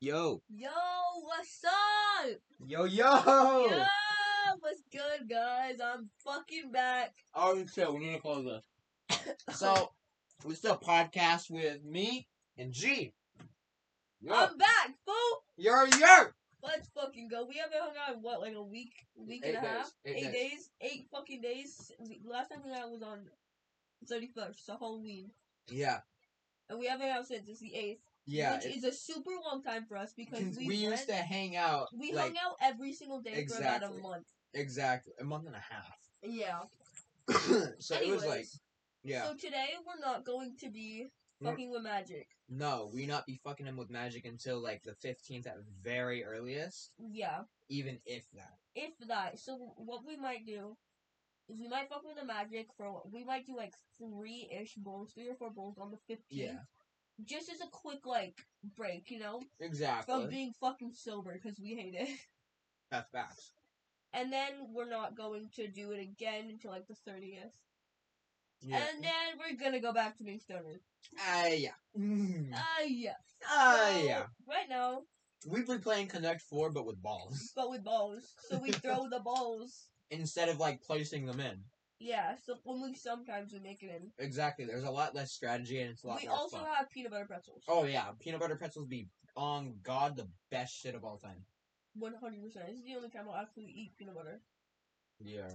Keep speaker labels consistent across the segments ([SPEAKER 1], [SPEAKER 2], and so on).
[SPEAKER 1] Yo,
[SPEAKER 2] Yo, what's up?
[SPEAKER 1] yo, yo!
[SPEAKER 2] Yo, what's good, guys? I'm fucking back.
[SPEAKER 1] Oh, we said we need to close this. So, this is a podcast with me and G. Yo,
[SPEAKER 2] I'm back, fool.
[SPEAKER 1] Um, yo, yo!
[SPEAKER 2] Let's fucking go. We haven't hung out in what, like a week, week
[SPEAKER 1] Eight
[SPEAKER 2] and a
[SPEAKER 1] days.
[SPEAKER 2] half,
[SPEAKER 1] Eight
[SPEAKER 2] eight
[SPEAKER 1] days.
[SPEAKER 2] days, eight fucking days. We- Last time we hung out was on thirty first, so Halloween,
[SPEAKER 1] Yeah,
[SPEAKER 2] and we haven't hung out since it's the eighth,
[SPEAKER 1] yeah.
[SPEAKER 2] which
[SPEAKER 1] it-
[SPEAKER 2] is a super long time for us because
[SPEAKER 1] Because
[SPEAKER 2] we
[SPEAKER 1] we, used
[SPEAKER 2] went-
[SPEAKER 1] to hang out
[SPEAKER 2] we
[SPEAKER 1] like
[SPEAKER 2] hung out every single day for about
[SPEAKER 1] Exactly.
[SPEAKER 2] a month.
[SPEAKER 1] exactly a month and a half.
[SPEAKER 2] Yeah.
[SPEAKER 1] so it was like,
[SPEAKER 2] Anyways,
[SPEAKER 1] yeah,
[SPEAKER 2] So today we're not going to be
[SPEAKER 1] Mm.
[SPEAKER 2] fucking with magic.
[SPEAKER 1] no, we not be fucking him with magic until like the fifteenth at very earliest,
[SPEAKER 2] Yeah.
[SPEAKER 1] even if that.
[SPEAKER 2] if that, so what we might do is we might fuck with the magic for we might do like three ish bowls, three or four bowls on the fifteenth.
[SPEAKER 1] Yeah.
[SPEAKER 2] Just as a quick like break, you know,
[SPEAKER 1] Exactly.
[SPEAKER 2] from being fucking sober because we hate it.
[SPEAKER 1] That's facts.
[SPEAKER 2] And then we're not going to do it again until like the thirtieth.
[SPEAKER 1] Yeah.
[SPEAKER 2] And then we're gonna go back to being stoners.
[SPEAKER 1] Ah, yeah. Mm.
[SPEAKER 2] Ah yeah.
[SPEAKER 1] Ah,
[SPEAKER 2] So,
[SPEAKER 1] yeah.
[SPEAKER 2] Right now,
[SPEAKER 1] We've been playing Connect Four, but with balls
[SPEAKER 2] but with balls, so we throw the balls.
[SPEAKER 1] instead of like placing them in.
[SPEAKER 2] Yeah. So only sometimes we make it in.
[SPEAKER 1] Exactly. There's a lot less strategy and it's a lot
[SPEAKER 2] We
[SPEAKER 1] more
[SPEAKER 2] also
[SPEAKER 1] fun.
[SPEAKER 2] have peanut butter pretzels.
[SPEAKER 1] oh yeah, peanut butter pretzels be on God the best shit of all time.
[SPEAKER 2] One hundred percent. This is the only time I'll actually eat peanut butter.
[SPEAKER 1] Yeah.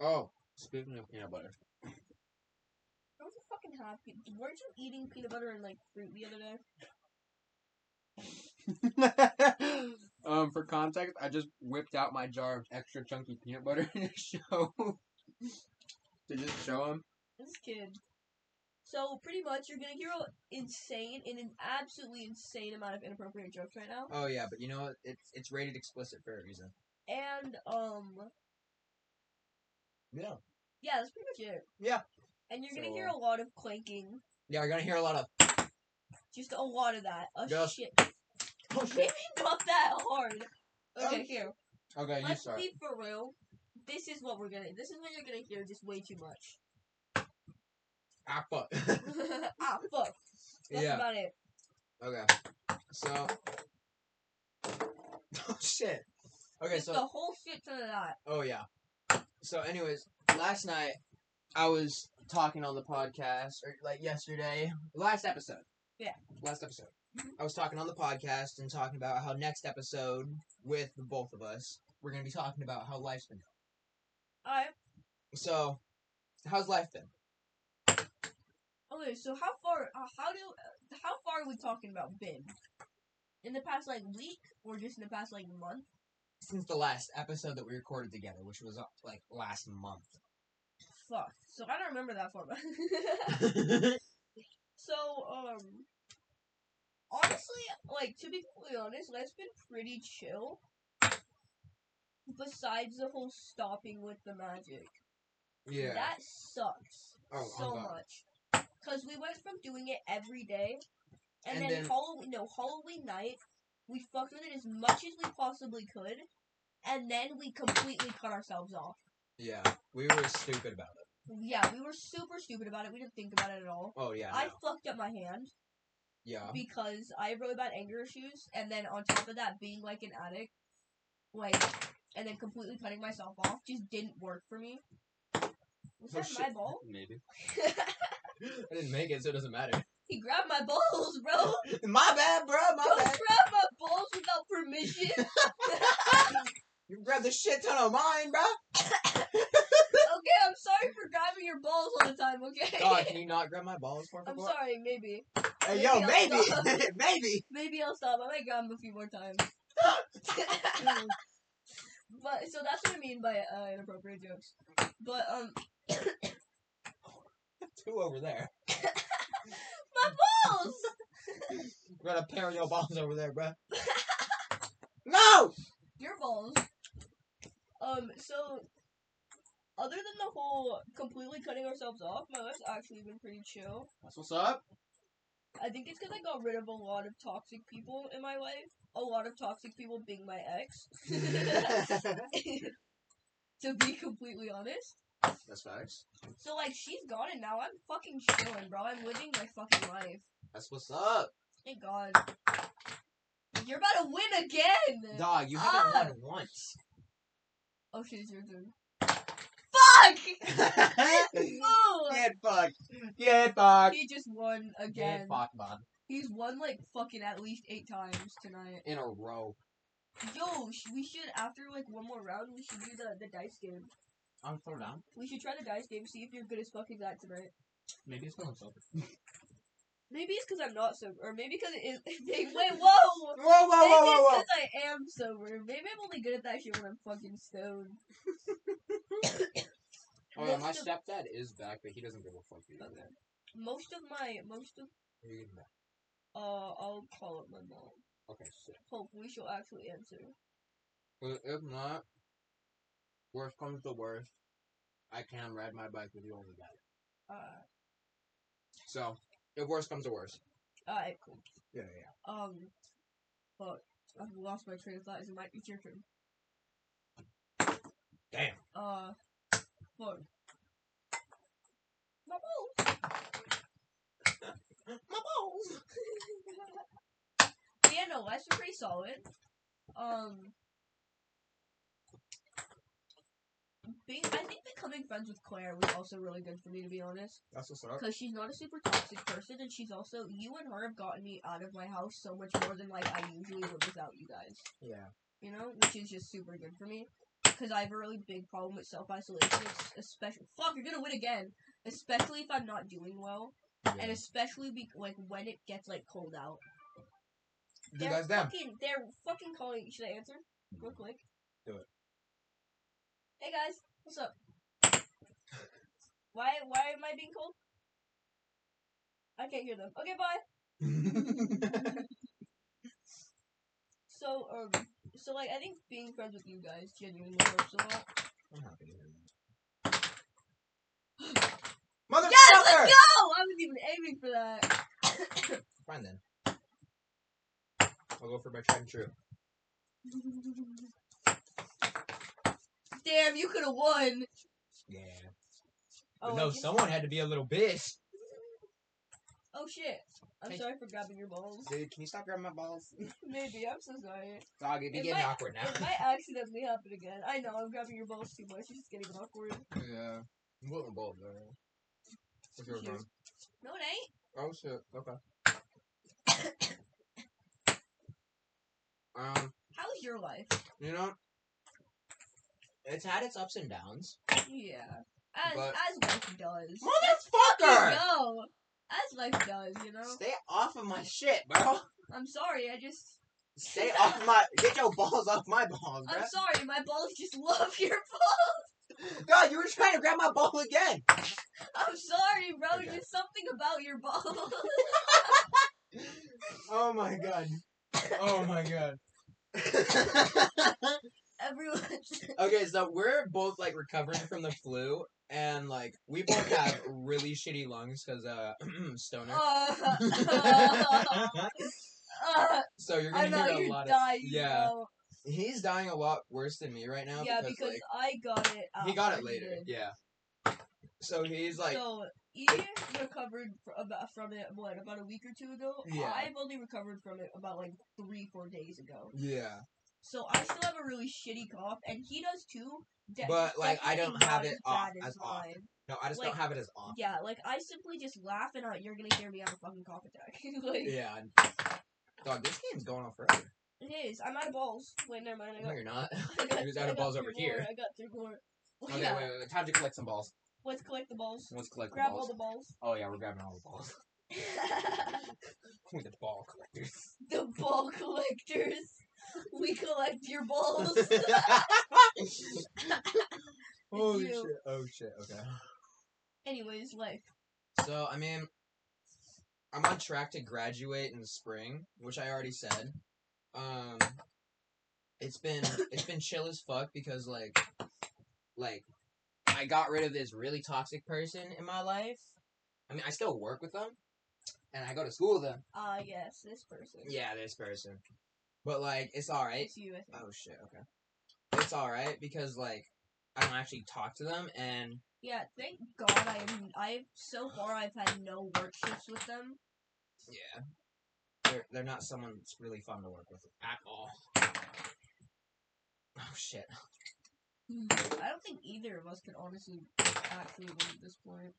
[SPEAKER 1] Oh, speaking of peanut butter,
[SPEAKER 2] I was fucking happy. Weren't you eating peanut butter and like fruit the other day?
[SPEAKER 1] um, for context, I just whipped out my jar of extra chunky peanut butter to show to just show him.
[SPEAKER 2] This kid. So pretty much, you're gonna hear an insane in an absolutely insane amount of inappropriate jokes right now.
[SPEAKER 1] Oh yeah, but you know what? It's it's rated explicit for a reason.
[SPEAKER 2] And um,
[SPEAKER 1] Yeah.
[SPEAKER 2] yeah, that's pretty much it.
[SPEAKER 1] Yeah.
[SPEAKER 2] And you're gonna
[SPEAKER 1] So,
[SPEAKER 2] hear a lot of clanking,
[SPEAKER 1] Yeah, you're gonna hear a lot of
[SPEAKER 2] just a lot of that. Oh
[SPEAKER 1] Just-
[SPEAKER 2] shit!
[SPEAKER 1] oh
[SPEAKER 2] Maybe not that hard. Okay,
[SPEAKER 1] Um,
[SPEAKER 2] here.
[SPEAKER 1] Okay, you
[SPEAKER 2] Let's
[SPEAKER 1] start.
[SPEAKER 2] be for real. This is what we're gonna. This is what you're gonna hear just way too much.
[SPEAKER 1] Ah, fuck.
[SPEAKER 2] ah, fuck. That's
[SPEAKER 1] yeah.
[SPEAKER 2] about it.
[SPEAKER 1] Okay. So. Oh shit. Okay,
[SPEAKER 2] Just
[SPEAKER 1] so
[SPEAKER 2] a whole shit ton of that.
[SPEAKER 1] oh yeah. So, anyways, last night I was talking on the podcast, or like yesterday, last episode.
[SPEAKER 2] Yeah.
[SPEAKER 1] Last episode. I was talking on the podcast and talking about how next episode with the both of us, we're gonna be talking about how life's been. going.
[SPEAKER 2] Alright.
[SPEAKER 1] So, how's life been?
[SPEAKER 2] Okay, so how far? Uh, how do? Uh, how far are we talking about Ben? In the past like week, or just in the past like month?
[SPEAKER 1] Since the last episode that we recorded together, which was uh, like last month.
[SPEAKER 2] Fuck. So I don't remember that far back. so um, honestly, like to be fully honest, life's been pretty chill. Besides the whole stopping with the magic, that sucks
[SPEAKER 1] Oh,
[SPEAKER 2] so
[SPEAKER 1] I'm glad.
[SPEAKER 2] much. Cause we went from doing it every day, and,
[SPEAKER 1] And
[SPEAKER 2] then,
[SPEAKER 1] then-
[SPEAKER 2] Halloween, no Halloween night, we fucked with it as much as we possibly could, and then we completely cut ourselves off.
[SPEAKER 1] Yeah, we were stupid about it.
[SPEAKER 2] Yeah, we were super stupid about it. We didn't think about it at all.
[SPEAKER 1] Oh yeah, Uh-huh.
[SPEAKER 2] I
[SPEAKER 1] no.
[SPEAKER 2] fucked up my hand
[SPEAKER 1] yeah,
[SPEAKER 2] because I have really bad anger issues, and then on top of that, being like an addict, like, and then completely cutting myself off just didn't work for me. Was
[SPEAKER 1] Oh,
[SPEAKER 2] that my
[SPEAKER 1] shit.
[SPEAKER 2] ball?
[SPEAKER 1] maybe. I didn't make it, so it doesn't matter.
[SPEAKER 2] he grabbed my balls, bro.
[SPEAKER 1] my bad, bro. My
[SPEAKER 2] Don't
[SPEAKER 1] bad.
[SPEAKER 2] grab my balls without permission.
[SPEAKER 1] You grabbed a shit ton of mine, bro.
[SPEAKER 2] okay, I'm sorry for grabbing your balls all the time. Okay.
[SPEAKER 1] God, can you not grab my balls, for
[SPEAKER 2] I'm sorry. Maybe.
[SPEAKER 1] Hey, yo,
[SPEAKER 2] maybe
[SPEAKER 1] maybe,
[SPEAKER 2] I'll
[SPEAKER 1] maybe.
[SPEAKER 2] Maybe I'll stop. I might grab them a few more times. Mm. but so that's what I mean by uh, inappropriate jokes. But um,
[SPEAKER 1] Two over there.
[SPEAKER 2] my balls.
[SPEAKER 1] Got a pair of your balls over there, bro. no.
[SPEAKER 2] your balls. Um. So. Other than the whole completely cutting ourselves off, my life's actually been pretty chill.
[SPEAKER 1] That's what's up.
[SPEAKER 2] I think it's because I got rid of a lot of toxic people in my life. A lot of toxic people being my ex. to be completely honest.
[SPEAKER 1] That's facts.
[SPEAKER 2] So like she's gone and now I'm fucking chilling, bro. I'm living my fucking life.
[SPEAKER 1] That's what's up.
[SPEAKER 2] Thank God. won again.
[SPEAKER 1] Dog, you haven't
[SPEAKER 2] Ah.
[SPEAKER 1] won once.
[SPEAKER 2] oh shit, it's your turn. Fuck! Oh!
[SPEAKER 1] Get fucked. Get fucked.
[SPEAKER 2] He just won
[SPEAKER 1] Get
[SPEAKER 2] again.
[SPEAKER 1] fucked, Bob.
[SPEAKER 2] He's won like fucking at least eight times tonight.
[SPEAKER 1] In a row.
[SPEAKER 2] Yo, sh- we should after like one more round, we should do the the dice game.
[SPEAKER 1] I'm throw down.
[SPEAKER 2] We should try the dice game, see if you're good as fucking that tonight.
[SPEAKER 1] Maybe it's going sober.
[SPEAKER 2] Maybe it's because I'm not sober, or maybe because it is. Maybe, wait, whoa!
[SPEAKER 1] Whoa, whoa,
[SPEAKER 2] Maybe
[SPEAKER 1] whoa, whoa, whoa.
[SPEAKER 2] it's because I am sober. Maybe I'm only good at that shit when I'm fucking stoned.
[SPEAKER 3] Oh yeah, my
[SPEAKER 2] Most of-
[SPEAKER 3] stepdad is back, but he doesn't give a fuck either.
[SPEAKER 2] Okay. Most of my, most of,
[SPEAKER 3] He- no.
[SPEAKER 2] uh, I'll call up my mom.
[SPEAKER 3] Okay, sick.
[SPEAKER 2] Hopefully she'll actually answer.
[SPEAKER 3] Well, If not, worst comes to worst, I can ride my bike with you on the guy.
[SPEAKER 2] Uh,
[SPEAKER 3] So, if worst comes to worst.
[SPEAKER 2] alright, cool.
[SPEAKER 3] Yeah, yeah.
[SPEAKER 2] Um, but I've lost my train of thought. Is it my, it's your turn.
[SPEAKER 3] Damn.
[SPEAKER 2] Uh, fuck. My balls.
[SPEAKER 3] My balls.
[SPEAKER 2] yeah, no, that's pretty solid. Um, being, I think becoming friends with Claire was also really good for me, to be honest.
[SPEAKER 1] That's what's up.
[SPEAKER 2] Because she's not a super toxic person, and she's also, you and her have gotten me out of my house so much more than, like, I usually would without you guys.
[SPEAKER 1] Yeah.
[SPEAKER 2] you know, which is just super good for me. Because I have a really big problem with self isolation, especially. Fuck, you're gonna win again! Especially if I'm not doing well, and especially be- like when it gets like cold out.
[SPEAKER 1] You guys down.
[SPEAKER 2] fucking, they're fucking calling. Should I answer real quick?
[SPEAKER 1] Do it.
[SPEAKER 2] Hey guys, what's up? Why why am I being cold? I can't hear them. Okay, bye. So um, so like I think being friends with you guys genuinely helps a lot.
[SPEAKER 1] I'm happy to hear that. Motherfucker!
[SPEAKER 2] Yes, let's go! Oh, I wasn't even aiming for that.
[SPEAKER 1] Fine then. I'll go for my tried and true.
[SPEAKER 2] Damn, you could have won.
[SPEAKER 1] Yeah.
[SPEAKER 2] Oh, I
[SPEAKER 1] no,
[SPEAKER 2] guess-
[SPEAKER 1] someone had to be a little bitch.
[SPEAKER 2] Oh shit. I'm
[SPEAKER 1] Hey.
[SPEAKER 2] sorry for grabbing your balls.
[SPEAKER 1] Dude, can you stop grabbing my balls?
[SPEAKER 2] Maybe I'm so sorry.
[SPEAKER 1] Dog, it'd be
[SPEAKER 2] It
[SPEAKER 1] getting
[SPEAKER 2] might-
[SPEAKER 1] awkward now.
[SPEAKER 2] It might accidentally happen again. I know I'm grabbing your balls too much. It's just getting awkward.
[SPEAKER 3] yeah. I'm voting bold, though. If you're
[SPEAKER 2] Cheers.
[SPEAKER 3] done.
[SPEAKER 2] No, it ain't.
[SPEAKER 3] Oh shit. Okay. um,
[SPEAKER 2] How's your life?
[SPEAKER 3] you know,
[SPEAKER 1] It's had its ups and downs.
[SPEAKER 2] Yeah. As
[SPEAKER 3] But-
[SPEAKER 2] as life does.
[SPEAKER 1] Motherfucker!
[SPEAKER 2] No. As life does, you know.
[SPEAKER 1] Stay off of my shit, bro.
[SPEAKER 2] I'm sorry. I just.
[SPEAKER 1] Stay off my. Get your balls off my balls, bro.
[SPEAKER 2] I'm sorry. My balls just love your balls.
[SPEAKER 1] God, you were trying to grab my ball again.
[SPEAKER 2] I'm sorry, bro.
[SPEAKER 1] Okay.
[SPEAKER 2] Just something about your balls.
[SPEAKER 1] Oh my god.
[SPEAKER 3] Oh my god.
[SPEAKER 2] Everyone.
[SPEAKER 1] okay, so we're both like recovering from the flu, and like we both have really shitty lungs because uh stoner.
[SPEAKER 2] Uh, uh,
[SPEAKER 1] so you're
[SPEAKER 2] Oh. I
[SPEAKER 1] gonna
[SPEAKER 2] know
[SPEAKER 1] hear a
[SPEAKER 2] you're
[SPEAKER 1] lot of.
[SPEAKER 2] dying.
[SPEAKER 1] yeah.
[SPEAKER 2] bro.
[SPEAKER 1] He's dying a lot worse than me right now.
[SPEAKER 2] yeah,
[SPEAKER 1] because,
[SPEAKER 2] because
[SPEAKER 1] like,
[SPEAKER 2] I got it.
[SPEAKER 1] he
[SPEAKER 2] after
[SPEAKER 1] got it
[SPEAKER 2] you
[SPEAKER 1] later.
[SPEAKER 2] did.
[SPEAKER 1] Yeah. So he's like,
[SPEAKER 2] so he recovered fr- about from it what about a week or two ago.
[SPEAKER 1] Yeah.
[SPEAKER 2] I've only recovered from it about like three, four days ago.
[SPEAKER 1] yeah.
[SPEAKER 2] So I still have a really shitty cough, and he does too. De-
[SPEAKER 1] But, like, I
[SPEAKER 2] definitely
[SPEAKER 1] don't have
[SPEAKER 2] not
[SPEAKER 1] it
[SPEAKER 2] as
[SPEAKER 1] off-
[SPEAKER 2] bad
[SPEAKER 1] as often.
[SPEAKER 2] mine.
[SPEAKER 1] No, I just
[SPEAKER 2] Like-
[SPEAKER 1] don't have it as often.
[SPEAKER 2] Yeah, like I simply just laugh, and I, you're gonna hear me have a fucking cough attack. like
[SPEAKER 1] Yeah. Dog, this game's going on forever.
[SPEAKER 2] it is. I'm out of balls. Wait, never mind. I
[SPEAKER 1] No,
[SPEAKER 2] got.
[SPEAKER 1] you're not.
[SPEAKER 2] I got
[SPEAKER 1] He was
[SPEAKER 2] I
[SPEAKER 1] out of
[SPEAKER 2] got
[SPEAKER 1] balls
[SPEAKER 2] three
[SPEAKER 1] over
[SPEAKER 2] more,
[SPEAKER 1] here.
[SPEAKER 2] I got three more. Well,
[SPEAKER 1] Okay,
[SPEAKER 2] yeah.
[SPEAKER 1] wait, wait, wait. Time to collect some balls.
[SPEAKER 2] Let's collect the balls.
[SPEAKER 1] Let's collect
[SPEAKER 2] Grab
[SPEAKER 1] the
[SPEAKER 2] all
[SPEAKER 1] balls.
[SPEAKER 2] the balls.
[SPEAKER 1] Oh yeah, we're grabbing all the balls. We're the ball collectors.
[SPEAKER 2] the ball collectors. We collect your balls.
[SPEAKER 1] Holy
[SPEAKER 2] You.
[SPEAKER 1] shit! Oh shit! Okay.
[SPEAKER 2] Anyways, like
[SPEAKER 1] So I mean, I'm on track to graduate in the spring, which I already said. Um, it's been it's been chill as fuck because like, like, I got rid of this really toxic person in my life. I mean, I still work with them, and I go to school with them.
[SPEAKER 2] ah yes, this person.
[SPEAKER 1] Yeah, this person. But like, it's all right.
[SPEAKER 2] It's you, I think.
[SPEAKER 1] Oh shit. Okay. It's all right because like, I don't actually talk to them, and
[SPEAKER 2] Yeah, thank God I am. I so far I've had no work shifts with them.
[SPEAKER 1] yeah, they're they're not someone that's really fun to work with at all. Oh shit. Hmm.
[SPEAKER 2] I don't think either of us could honestly actually win at this point.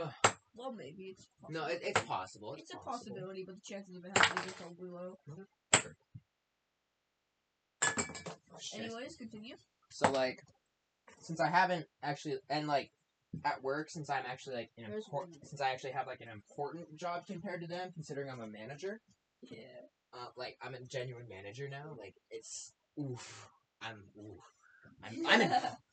[SPEAKER 1] Ugh.
[SPEAKER 2] Well, maybe it's possible.
[SPEAKER 1] No, it, it's possible.
[SPEAKER 2] it's a possibility, but the chances of it happening are probably low.
[SPEAKER 1] Oh, shit.
[SPEAKER 2] Anyways, continue.
[SPEAKER 1] So like, since I haven't actually, and like, at work, since I'm actually like an
[SPEAKER 2] There's
[SPEAKER 1] important,
[SPEAKER 2] one.
[SPEAKER 1] since I actually have like an important job compared to them, considering I'm a manager.
[SPEAKER 2] Yeah.
[SPEAKER 1] Uh, like I'm a genuine manager now. Like it's oof. I'm oof. I'm, I'm in,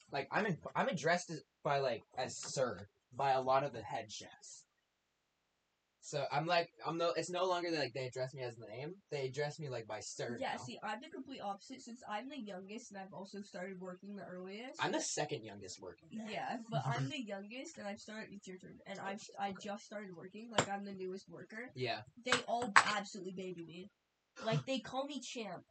[SPEAKER 1] like I'm in, I'm addressed as, by like as sir by a lot of the head chefs. So I'm like I'm no. It's no longer that like they address me as the name. They address me like by sir.
[SPEAKER 2] Yeah,
[SPEAKER 1] now.
[SPEAKER 2] see, I'm the complete opposite since I'm the youngest and I've also started working the earliest.
[SPEAKER 1] I'm the second youngest working. there.
[SPEAKER 2] yeah, but I'm the youngest and I've started. It's your turn. And I've I just started working. Like I'm the newest worker.
[SPEAKER 1] Yeah.
[SPEAKER 2] They all absolutely baby me. Like they call me Champ.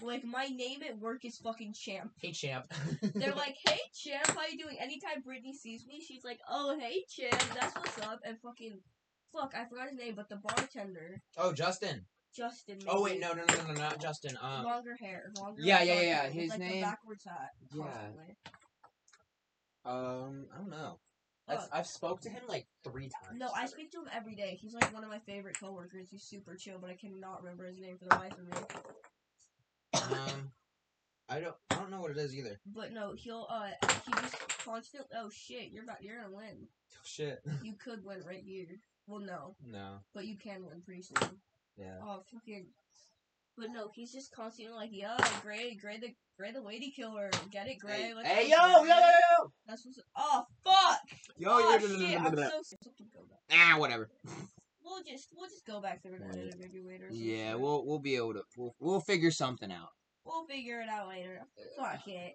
[SPEAKER 2] Like my name at work is fucking Champ.
[SPEAKER 1] Hey champ.
[SPEAKER 2] They're like, "Hey Champ, how you doing?" Anytime Brittany sees me, she's like, "Oh hey Champ, that's what's up." And fucking, fuck, I forgot his name, but the bartender,
[SPEAKER 1] oh Justin.
[SPEAKER 2] Justin.
[SPEAKER 1] Oh wait,
[SPEAKER 2] maybe.
[SPEAKER 1] no, no, no, no, not Justin. Um,
[SPEAKER 2] longer hair. Longer
[SPEAKER 1] yeah,
[SPEAKER 2] like,
[SPEAKER 1] yeah,
[SPEAKER 2] dark
[SPEAKER 1] yeah,
[SPEAKER 2] hair with,
[SPEAKER 1] his
[SPEAKER 2] like, The
[SPEAKER 1] name-
[SPEAKER 2] backwards hat.
[SPEAKER 1] Yeah.
[SPEAKER 2] Constantly.
[SPEAKER 1] um, I don't know. That's, I've spoke to him like three times.
[SPEAKER 2] No, I speak to him every day. He's like one of my favorite coworkers. He's super chill, but I cannot remember his name for the life of me.
[SPEAKER 1] Um, I don't, I don't know what it is either.
[SPEAKER 2] But no, he'll uh, he just constant. Oh shit, you're about you're gonna win.
[SPEAKER 1] Oh, Shit.
[SPEAKER 2] You could win right here. Well, no,
[SPEAKER 1] No.
[SPEAKER 2] but you can win pretty soon.
[SPEAKER 1] Yeah.
[SPEAKER 2] Oh fucking. But no, he's just constantly like, yo, Gray, Gray the Gray the lady killer, get it, Gray.
[SPEAKER 1] Hey,
[SPEAKER 2] What's
[SPEAKER 1] hey,
[SPEAKER 2] up,
[SPEAKER 1] yo, yo,
[SPEAKER 2] Gray?"
[SPEAKER 1] yo, yo,
[SPEAKER 2] That's what's. Oh fuck!
[SPEAKER 1] yo,
[SPEAKER 2] oh
[SPEAKER 1] yo, yo, yo,
[SPEAKER 2] shit!
[SPEAKER 1] yo,
[SPEAKER 2] I'm
[SPEAKER 1] yo, yo.
[SPEAKER 2] so. Something go back.
[SPEAKER 1] Ah, whatever.
[SPEAKER 2] We'll just we'll just go back through and edit it maybe later. or some
[SPEAKER 1] Yeah,
[SPEAKER 2] shit.
[SPEAKER 1] we'll we'll be able to we'll we'll figure something out.
[SPEAKER 2] we'll figure it out later. Fuck it,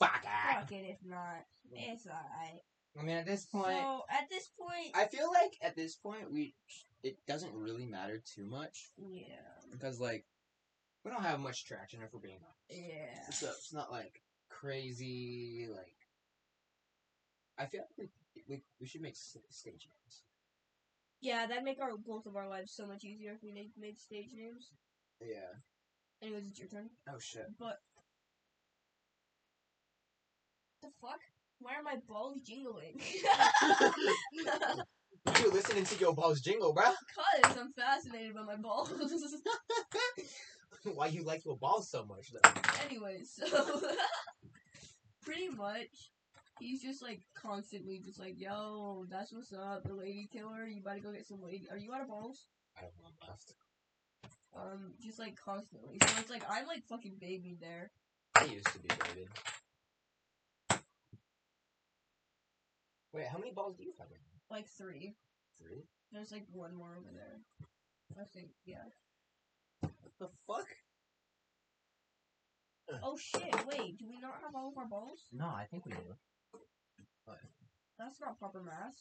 [SPEAKER 1] Fuck ah.
[SPEAKER 2] fuck it. If not, it's alright.
[SPEAKER 1] I mean, at this point,
[SPEAKER 2] So at this point,
[SPEAKER 1] I feel like at this point we it doesn't really matter too much
[SPEAKER 2] yeah,
[SPEAKER 1] because like we don't have much traction if we're being honest.
[SPEAKER 2] yeah.
[SPEAKER 1] So it's not like crazy. Like I feel like we we, we should make s- stage names.
[SPEAKER 2] Yeah, that'd make our both of our lives so much easier if we made, made stage names.
[SPEAKER 1] Yeah.
[SPEAKER 2] Anyways, it's your turn.
[SPEAKER 1] Oh shit.
[SPEAKER 2] But the fuck? Why are my balls jingling? Cause
[SPEAKER 1] You listening to your balls jingle, bro?
[SPEAKER 2] I'm fascinated by my balls.
[SPEAKER 1] Why you like your balls so much though?
[SPEAKER 2] Anyways, so pretty much he's just like constantly just like, yo, that's what's up, the lady killer, you better go get some lady are you out of balls?
[SPEAKER 1] I don't want left.
[SPEAKER 2] Um, just like constantly. So it's like I'm like fucking baby there.
[SPEAKER 1] I used to be dated. Wait, how many balls do you have? right now?
[SPEAKER 2] Like three.
[SPEAKER 1] Three.
[SPEAKER 2] There's like one more over there. I think, yeah.
[SPEAKER 1] What the fuck?
[SPEAKER 2] Oh shit, wait, do we not have all of our balls?
[SPEAKER 1] No, I think we do.
[SPEAKER 2] That's not proper math.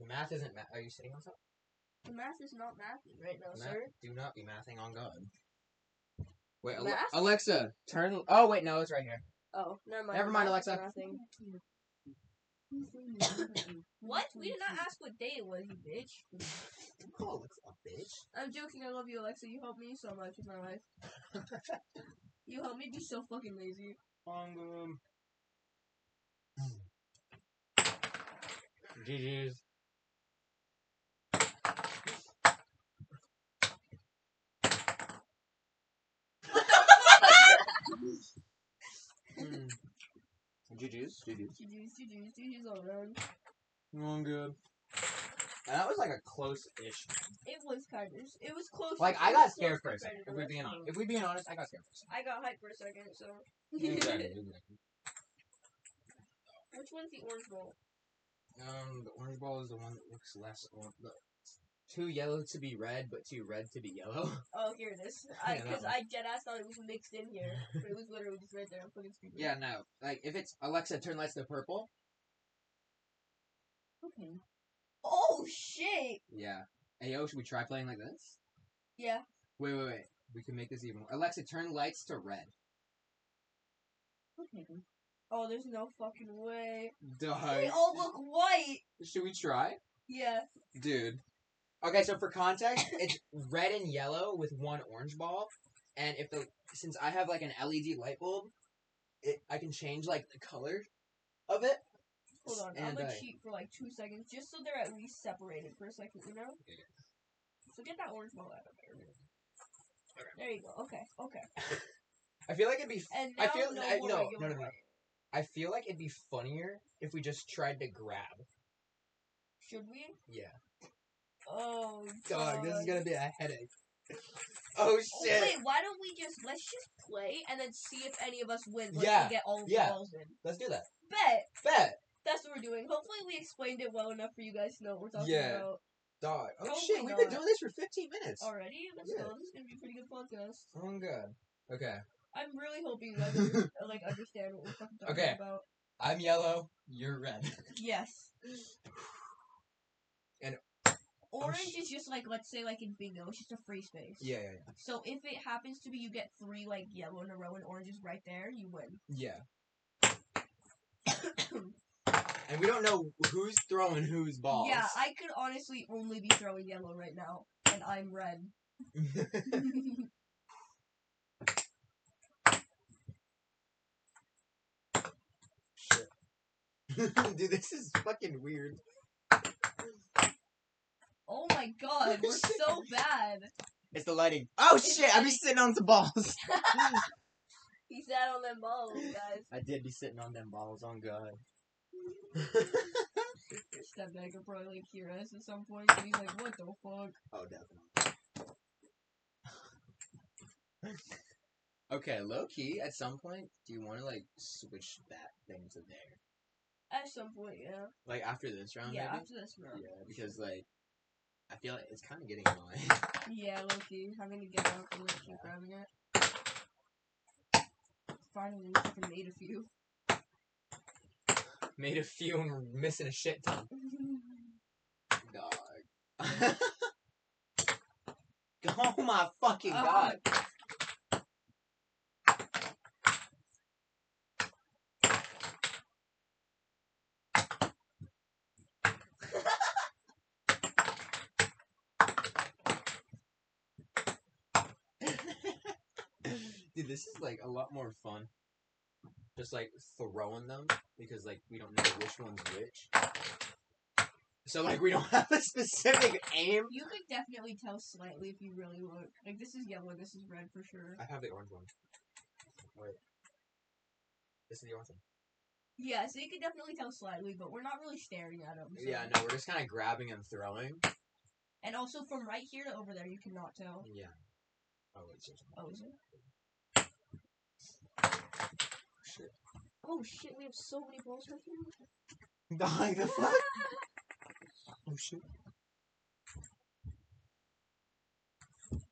[SPEAKER 1] The math isn't math. Are you sitting on something?
[SPEAKER 2] The math is not mathy right now,
[SPEAKER 1] Ma-
[SPEAKER 2] sir.
[SPEAKER 1] Do not be mathing on God. Wait, Ale-
[SPEAKER 2] Math?
[SPEAKER 1] Alexa, turn. Oh wait, no, it's right here.
[SPEAKER 2] Oh, never mind.
[SPEAKER 1] Never mind, Alexa.
[SPEAKER 2] What? We did not ask what day it was, you bitch.
[SPEAKER 1] Oh, Alexa, bitch.
[SPEAKER 2] I'm joking. I love you, Alexa. You helped me so much in my life. you helped me be so fucking lazy.
[SPEAKER 1] Bongum. GG's. GG's. GG's.
[SPEAKER 2] GG's, GG's, GG's all around.
[SPEAKER 1] good. That was like a close ish.
[SPEAKER 2] It was kind of. It was close.
[SPEAKER 1] Like,
[SPEAKER 2] it
[SPEAKER 1] I
[SPEAKER 2] was
[SPEAKER 1] got
[SPEAKER 2] close
[SPEAKER 1] scared for a
[SPEAKER 2] compared
[SPEAKER 1] second.
[SPEAKER 2] to
[SPEAKER 1] If
[SPEAKER 2] the
[SPEAKER 1] we're
[SPEAKER 2] rest
[SPEAKER 1] being
[SPEAKER 2] of
[SPEAKER 1] honest,
[SPEAKER 2] them.
[SPEAKER 1] if we're being honest, I got scared for a second.
[SPEAKER 2] I got hyped for a second, so.
[SPEAKER 1] Exactly, exactly.
[SPEAKER 2] Which one's the orange ball?
[SPEAKER 1] Um, the orange ball is the one that looks less or- the Too yellow to be red, but too red to be yellow.
[SPEAKER 2] Oh, here it is.
[SPEAKER 1] Yeah, that
[SPEAKER 2] Because
[SPEAKER 1] one.
[SPEAKER 2] I, dead ass thought it was mixed in here. But it was literally just right there. I'm fucking stupid.
[SPEAKER 1] yeah, no. Like if it's Alexa, turn lights to purple.
[SPEAKER 2] Okay. Oh, shit!
[SPEAKER 1] Yeah. Hey, yo, should we try playing like this?
[SPEAKER 2] Yeah.
[SPEAKER 1] Wait, wait, wait. We can make this even more. Alexa, turn lights to red.
[SPEAKER 2] Okay. Oh, there's no fucking way.
[SPEAKER 1] Duh.
[SPEAKER 2] They all look white!
[SPEAKER 1] Should we try,
[SPEAKER 2] Yeah.
[SPEAKER 1] dude? Okay, so for context, it's red and yellow with one orange ball, and if the since I have like an LED light bulb, it I can change like the color of it.
[SPEAKER 2] Hold on, I'm
[SPEAKER 1] and
[SPEAKER 2] gonna
[SPEAKER 1] I-
[SPEAKER 2] cheat for like two seconds just so they're at least separated for a second, you know? So get that orange ball out of there. There you go. Okay, okay.
[SPEAKER 1] I feel like it'd be. f-
[SPEAKER 2] And now
[SPEAKER 1] I feel
[SPEAKER 2] no
[SPEAKER 1] I,
[SPEAKER 2] more
[SPEAKER 1] no, no,
[SPEAKER 2] regular
[SPEAKER 1] no, no.
[SPEAKER 2] white.
[SPEAKER 1] I feel like it'd be funnier if we just tried to grab.
[SPEAKER 2] Should we?
[SPEAKER 1] Yeah.
[SPEAKER 2] Oh
[SPEAKER 1] Dog,
[SPEAKER 2] god.
[SPEAKER 1] this is gonna be a headache. Oh
[SPEAKER 2] Oh,
[SPEAKER 1] shit!
[SPEAKER 2] wait, why don't we just let's just play and then see if any of us win once
[SPEAKER 1] Yeah,
[SPEAKER 2] we get all of
[SPEAKER 1] yeah.
[SPEAKER 2] the balls in.
[SPEAKER 1] Let's do that.
[SPEAKER 2] Bet
[SPEAKER 1] Bet.
[SPEAKER 2] that's what we're doing. Hopefully we explained it well enough for you guys to know what we're talking
[SPEAKER 1] Yeah.
[SPEAKER 2] about
[SPEAKER 1] Dog. Oh
[SPEAKER 2] Probably
[SPEAKER 1] shit! We've been
[SPEAKER 2] not.
[SPEAKER 1] doing this for 15 minutes.
[SPEAKER 2] already. Let's
[SPEAKER 1] Yeah.
[SPEAKER 2] go. This is gonna be a pretty good podcast.
[SPEAKER 1] Oh god. Okay.
[SPEAKER 2] I'm really hoping you guys under- like understand what we're fucking talking
[SPEAKER 1] Okay.
[SPEAKER 2] about.
[SPEAKER 1] I'm yellow. You're red.
[SPEAKER 2] Yes.
[SPEAKER 1] And-
[SPEAKER 2] orange is just like let's say like in bingo, it's just a free space.
[SPEAKER 1] yeah, yeah,
[SPEAKER 2] So if it happens to be you get three like yellow in a row and orange is right there, you win.
[SPEAKER 1] yeah. Yeah. And we don't know who's throwing whose balls.
[SPEAKER 2] Yeah, I could honestly only be throwing yellow right now, and I'm red.
[SPEAKER 1] Shit. Dude, this is fucking weird.
[SPEAKER 2] oh my god, we're so bad.
[SPEAKER 1] It's the lighting. Oh
[SPEAKER 2] It's
[SPEAKER 1] shit! I've been
[SPEAKER 2] lighting.
[SPEAKER 1] sitting on some balls.
[SPEAKER 2] He sat on them balls, guys.
[SPEAKER 1] I did be sitting on them balls. On God.
[SPEAKER 2] Step back and probably like hear us at some point, and he's like, "What the fuck?"
[SPEAKER 1] Oh, definitely. okay, low key. At some point, do you want to like switch that thing to there?
[SPEAKER 2] At some point, yeah.
[SPEAKER 1] Like after this round,
[SPEAKER 2] yeah,
[SPEAKER 1] maybe.
[SPEAKER 2] after this round.
[SPEAKER 1] yeah, because like, I feel like it's kind of getting annoying.
[SPEAKER 2] Yeah, Loki, having to get up and like keep grabbing it. Finally, we fucking made a few.
[SPEAKER 1] Made a few and we're missing a shit ton. Dog. oh my fucking
[SPEAKER 2] Oh.
[SPEAKER 1] god. Dude, this is like a lot more fun. Just like throwing them because like we don't know which one's which. So like we don't have a specific aim.
[SPEAKER 2] you could definitely tell slightly if you really look. Like this is yellow, this is red for sure.
[SPEAKER 1] I have the orange one. Wait. This is the orange one.
[SPEAKER 2] Yeah, so you could definitely tell slightly, but we're not really staring at them. So.
[SPEAKER 1] Yeah, no, we're just kind of grabbing and throwing.
[SPEAKER 2] And also from right here to over there, you cannot tell.
[SPEAKER 1] Yeah. Oh, wait, so-
[SPEAKER 2] Oh, is it?
[SPEAKER 1] Shit.
[SPEAKER 2] Oh shit, we have so many balls right here.
[SPEAKER 1] Dog, the fuck? oh, shit.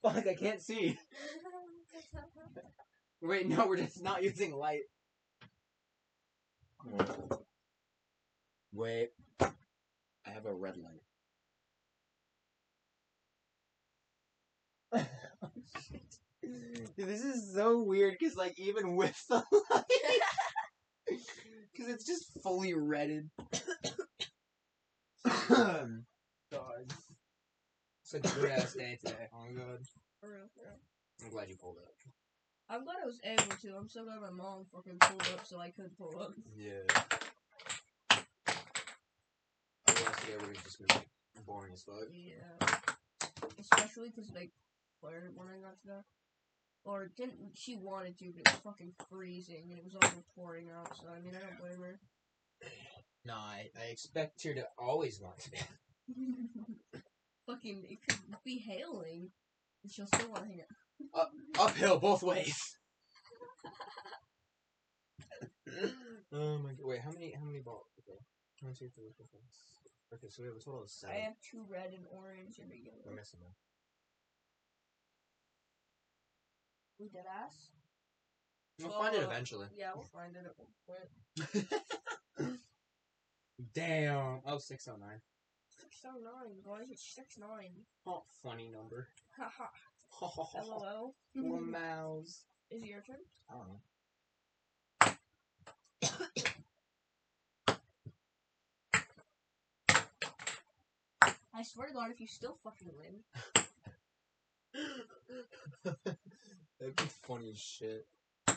[SPEAKER 1] Fuck, I can't see. Wait, no, we're just not using light. Wait. I have a red light. Dude, this is so weird because, like, even with the light, because it's just fully redded. God. Such a good ass day today. Oh my god.
[SPEAKER 2] For real, for real.
[SPEAKER 1] I'm glad you pulled up.
[SPEAKER 2] I'm glad I was able to. I'm so glad my mom fucking pulled up so I could pull up.
[SPEAKER 1] Yeah. Otherwise, today would have just been like, boring as fuck.
[SPEAKER 2] Yeah. Especially because, like, Claire wanted not to go. Or didn't she wanted to, but it was fucking freezing and it was also pouring out, so I mean, I don't blame her.
[SPEAKER 1] No, I, I expect her to always want to be.
[SPEAKER 2] fucking, it could be hailing. And she'll still want to hang out.
[SPEAKER 1] Uphill both ways. oh my god. Wait, how many how many balls? Okay. One, two, three, four, five, six. Okay, so we have a total of seven.
[SPEAKER 2] I have two red and orange and a
[SPEAKER 1] We're
[SPEAKER 2] yellow.
[SPEAKER 1] missing one.
[SPEAKER 2] We dead ass?
[SPEAKER 1] We'll find it
[SPEAKER 2] Uh,
[SPEAKER 1] eventually.
[SPEAKER 2] Yeah, we'll find it at one point.
[SPEAKER 1] Damn. Oh, 609.
[SPEAKER 2] 609, guys, oh it's 69.
[SPEAKER 1] Oh, funny number.
[SPEAKER 2] Haha, lol.
[SPEAKER 1] Mouse.
[SPEAKER 2] Is it your turn?
[SPEAKER 1] I don't know.
[SPEAKER 2] I I swear to God, if you still fucking win,
[SPEAKER 1] That'd be funny as shit.
[SPEAKER 2] you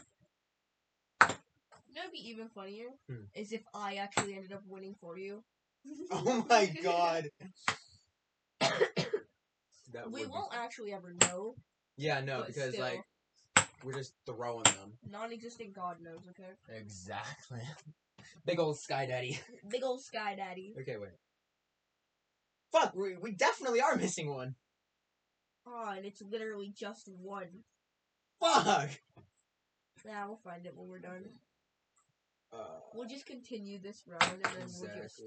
[SPEAKER 2] know, it'd be even funnier
[SPEAKER 1] Hmm.
[SPEAKER 2] is if I actually ended up winning for you.
[SPEAKER 1] Oh my god. that
[SPEAKER 2] we
[SPEAKER 1] would be-
[SPEAKER 2] won't actually ever know.
[SPEAKER 1] Yeah, no,
[SPEAKER 2] but
[SPEAKER 1] because
[SPEAKER 2] still.
[SPEAKER 1] like we're just throwing them.
[SPEAKER 2] Non-existent God knows. Okay.
[SPEAKER 1] Exactly. Big old sky daddy.
[SPEAKER 2] Big old sky daddy.
[SPEAKER 1] Okay, wait. Fuck, we, we definitely are missing one.
[SPEAKER 2] Oh, and it's literally just one.
[SPEAKER 1] Fuck.
[SPEAKER 2] Nah, we'll find it when we're done.
[SPEAKER 1] Uh,
[SPEAKER 2] We'll just continue this round and then we'll just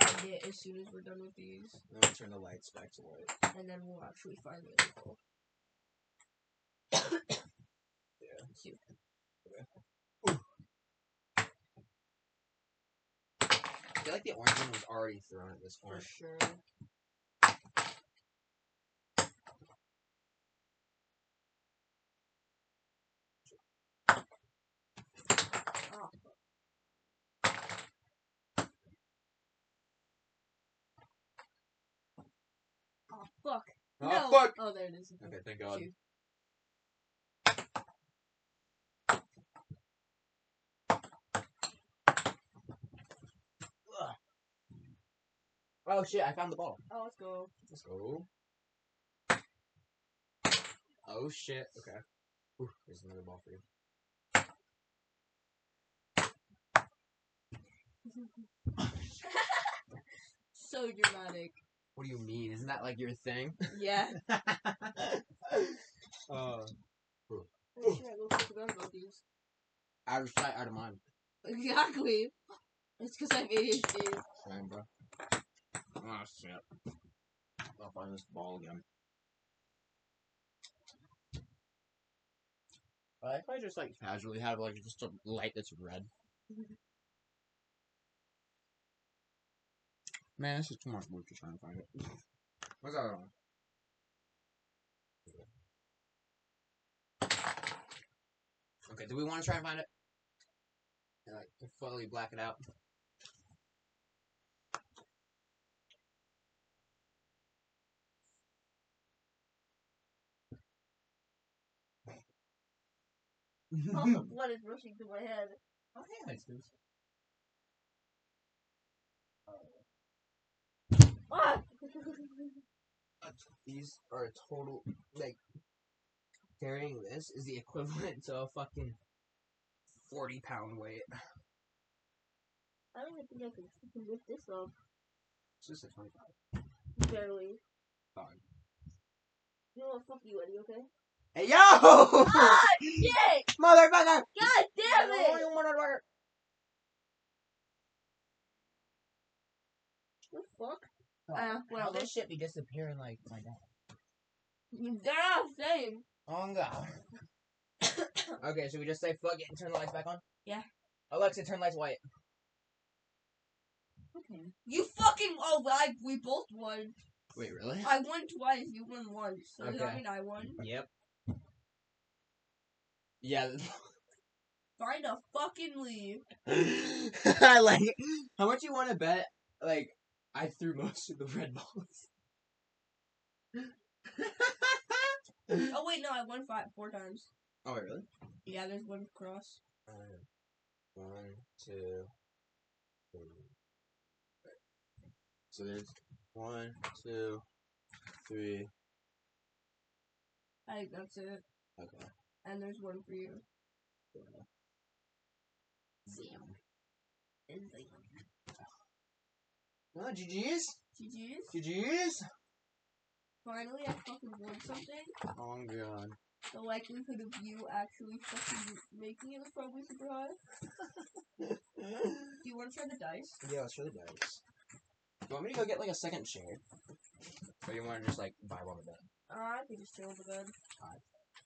[SPEAKER 1] exactly.
[SPEAKER 2] end it as soon as we're done with these,
[SPEAKER 1] Now we turn the lights back to white.
[SPEAKER 2] and then we'll actually find the other goal.
[SPEAKER 1] Yeah.
[SPEAKER 2] Cute.
[SPEAKER 1] I feel like the orange one was already thrown at this
[SPEAKER 2] For
[SPEAKER 1] point.
[SPEAKER 2] sure. Oh. Oh, fuck. no.
[SPEAKER 1] Oh fuck!
[SPEAKER 2] Oh, there it is.
[SPEAKER 1] Okay, thank God.
[SPEAKER 2] Shoot.
[SPEAKER 1] Oh shit! I found the ball.
[SPEAKER 2] Oh, let's go.
[SPEAKER 1] Let's go. Oh shit! Okay. Ooh, there's another ball for you.
[SPEAKER 2] So dramatic.
[SPEAKER 1] What do you mean? Isn't that like your thing?
[SPEAKER 2] Yeah.
[SPEAKER 1] uh,
[SPEAKER 2] Oh, shit, I totally forgot about these.
[SPEAKER 1] out of sight, out of mind.
[SPEAKER 2] Exactly. It's because I have ADHD.
[SPEAKER 1] Same, bro. Oh shit! I'll find this ball again. I like how I just like casually have like just a light that's red. Man, this is too much work to try and find it. What's that one? Okay, do we want to try and find it? Yeah, Like, to fully black it out.
[SPEAKER 2] Oh, the blood is rushing to my head.
[SPEAKER 1] Oh yeah, it's good.
[SPEAKER 2] Ah!
[SPEAKER 1] These are a total like carrying this is the equivalent to a fucking forty pound weight.
[SPEAKER 2] I don't even think I can fucking lift this up.
[SPEAKER 1] It's just a twenty five.
[SPEAKER 2] Barely.
[SPEAKER 1] Fine.
[SPEAKER 2] You know what? Fuck you, Eddie, okay?
[SPEAKER 1] Hey yo,
[SPEAKER 2] ah! Shit!
[SPEAKER 1] motherfucker!
[SPEAKER 2] God damn
[SPEAKER 1] Oh,
[SPEAKER 2] it!
[SPEAKER 1] you motherfucker!
[SPEAKER 2] What the fuck?
[SPEAKER 1] Oh,
[SPEAKER 2] Ah, well.
[SPEAKER 1] How'd shit be disappearing like like that.
[SPEAKER 2] Yeah, same.
[SPEAKER 1] Oh god. okay, should we just say fuck it and turn the lights back on?
[SPEAKER 2] Yeah.
[SPEAKER 1] Alexa, turn lights white.
[SPEAKER 2] Okay. You fucking. Oh, well, I, we both won.
[SPEAKER 1] Wait, really?
[SPEAKER 2] I won twice, you won once. So does that
[SPEAKER 1] Okay.
[SPEAKER 2] mean I won?
[SPEAKER 1] Yep. Yeah.
[SPEAKER 2] Find a fucking leave.
[SPEAKER 1] I like it. How much you want to bet? Like, I threw most of the red balls.
[SPEAKER 2] Oh, wait, no, I won five, four times.
[SPEAKER 1] oh, wait, really?
[SPEAKER 2] Yeah, there's one cross.
[SPEAKER 1] Um, one, two, three. So there's one, two, three.
[SPEAKER 2] I think that's it.
[SPEAKER 1] Okay.
[SPEAKER 2] And there's one for you.
[SPEAKER 1] Damn.
[SPEAKER 2] And like,
[SPEAKER 1] Oh, GG's?
[SPEAKER 2] GG's.
[SPEAKER 1] GG's?
[SPEAKER 2] Finally, I fucking won something.
[SPEAKER 1] Oh, God.
[SPEAKER 2] The likelihood of you actually fucking making it is probably super high. Do you want to try the dice?
[SPEAKER 1] Yeah, let's try the dice. Do you want me to go get like a second chair? Or you want to just like vibe on the bed?
[SPEAKER 2] Uh, I can just chill the bed.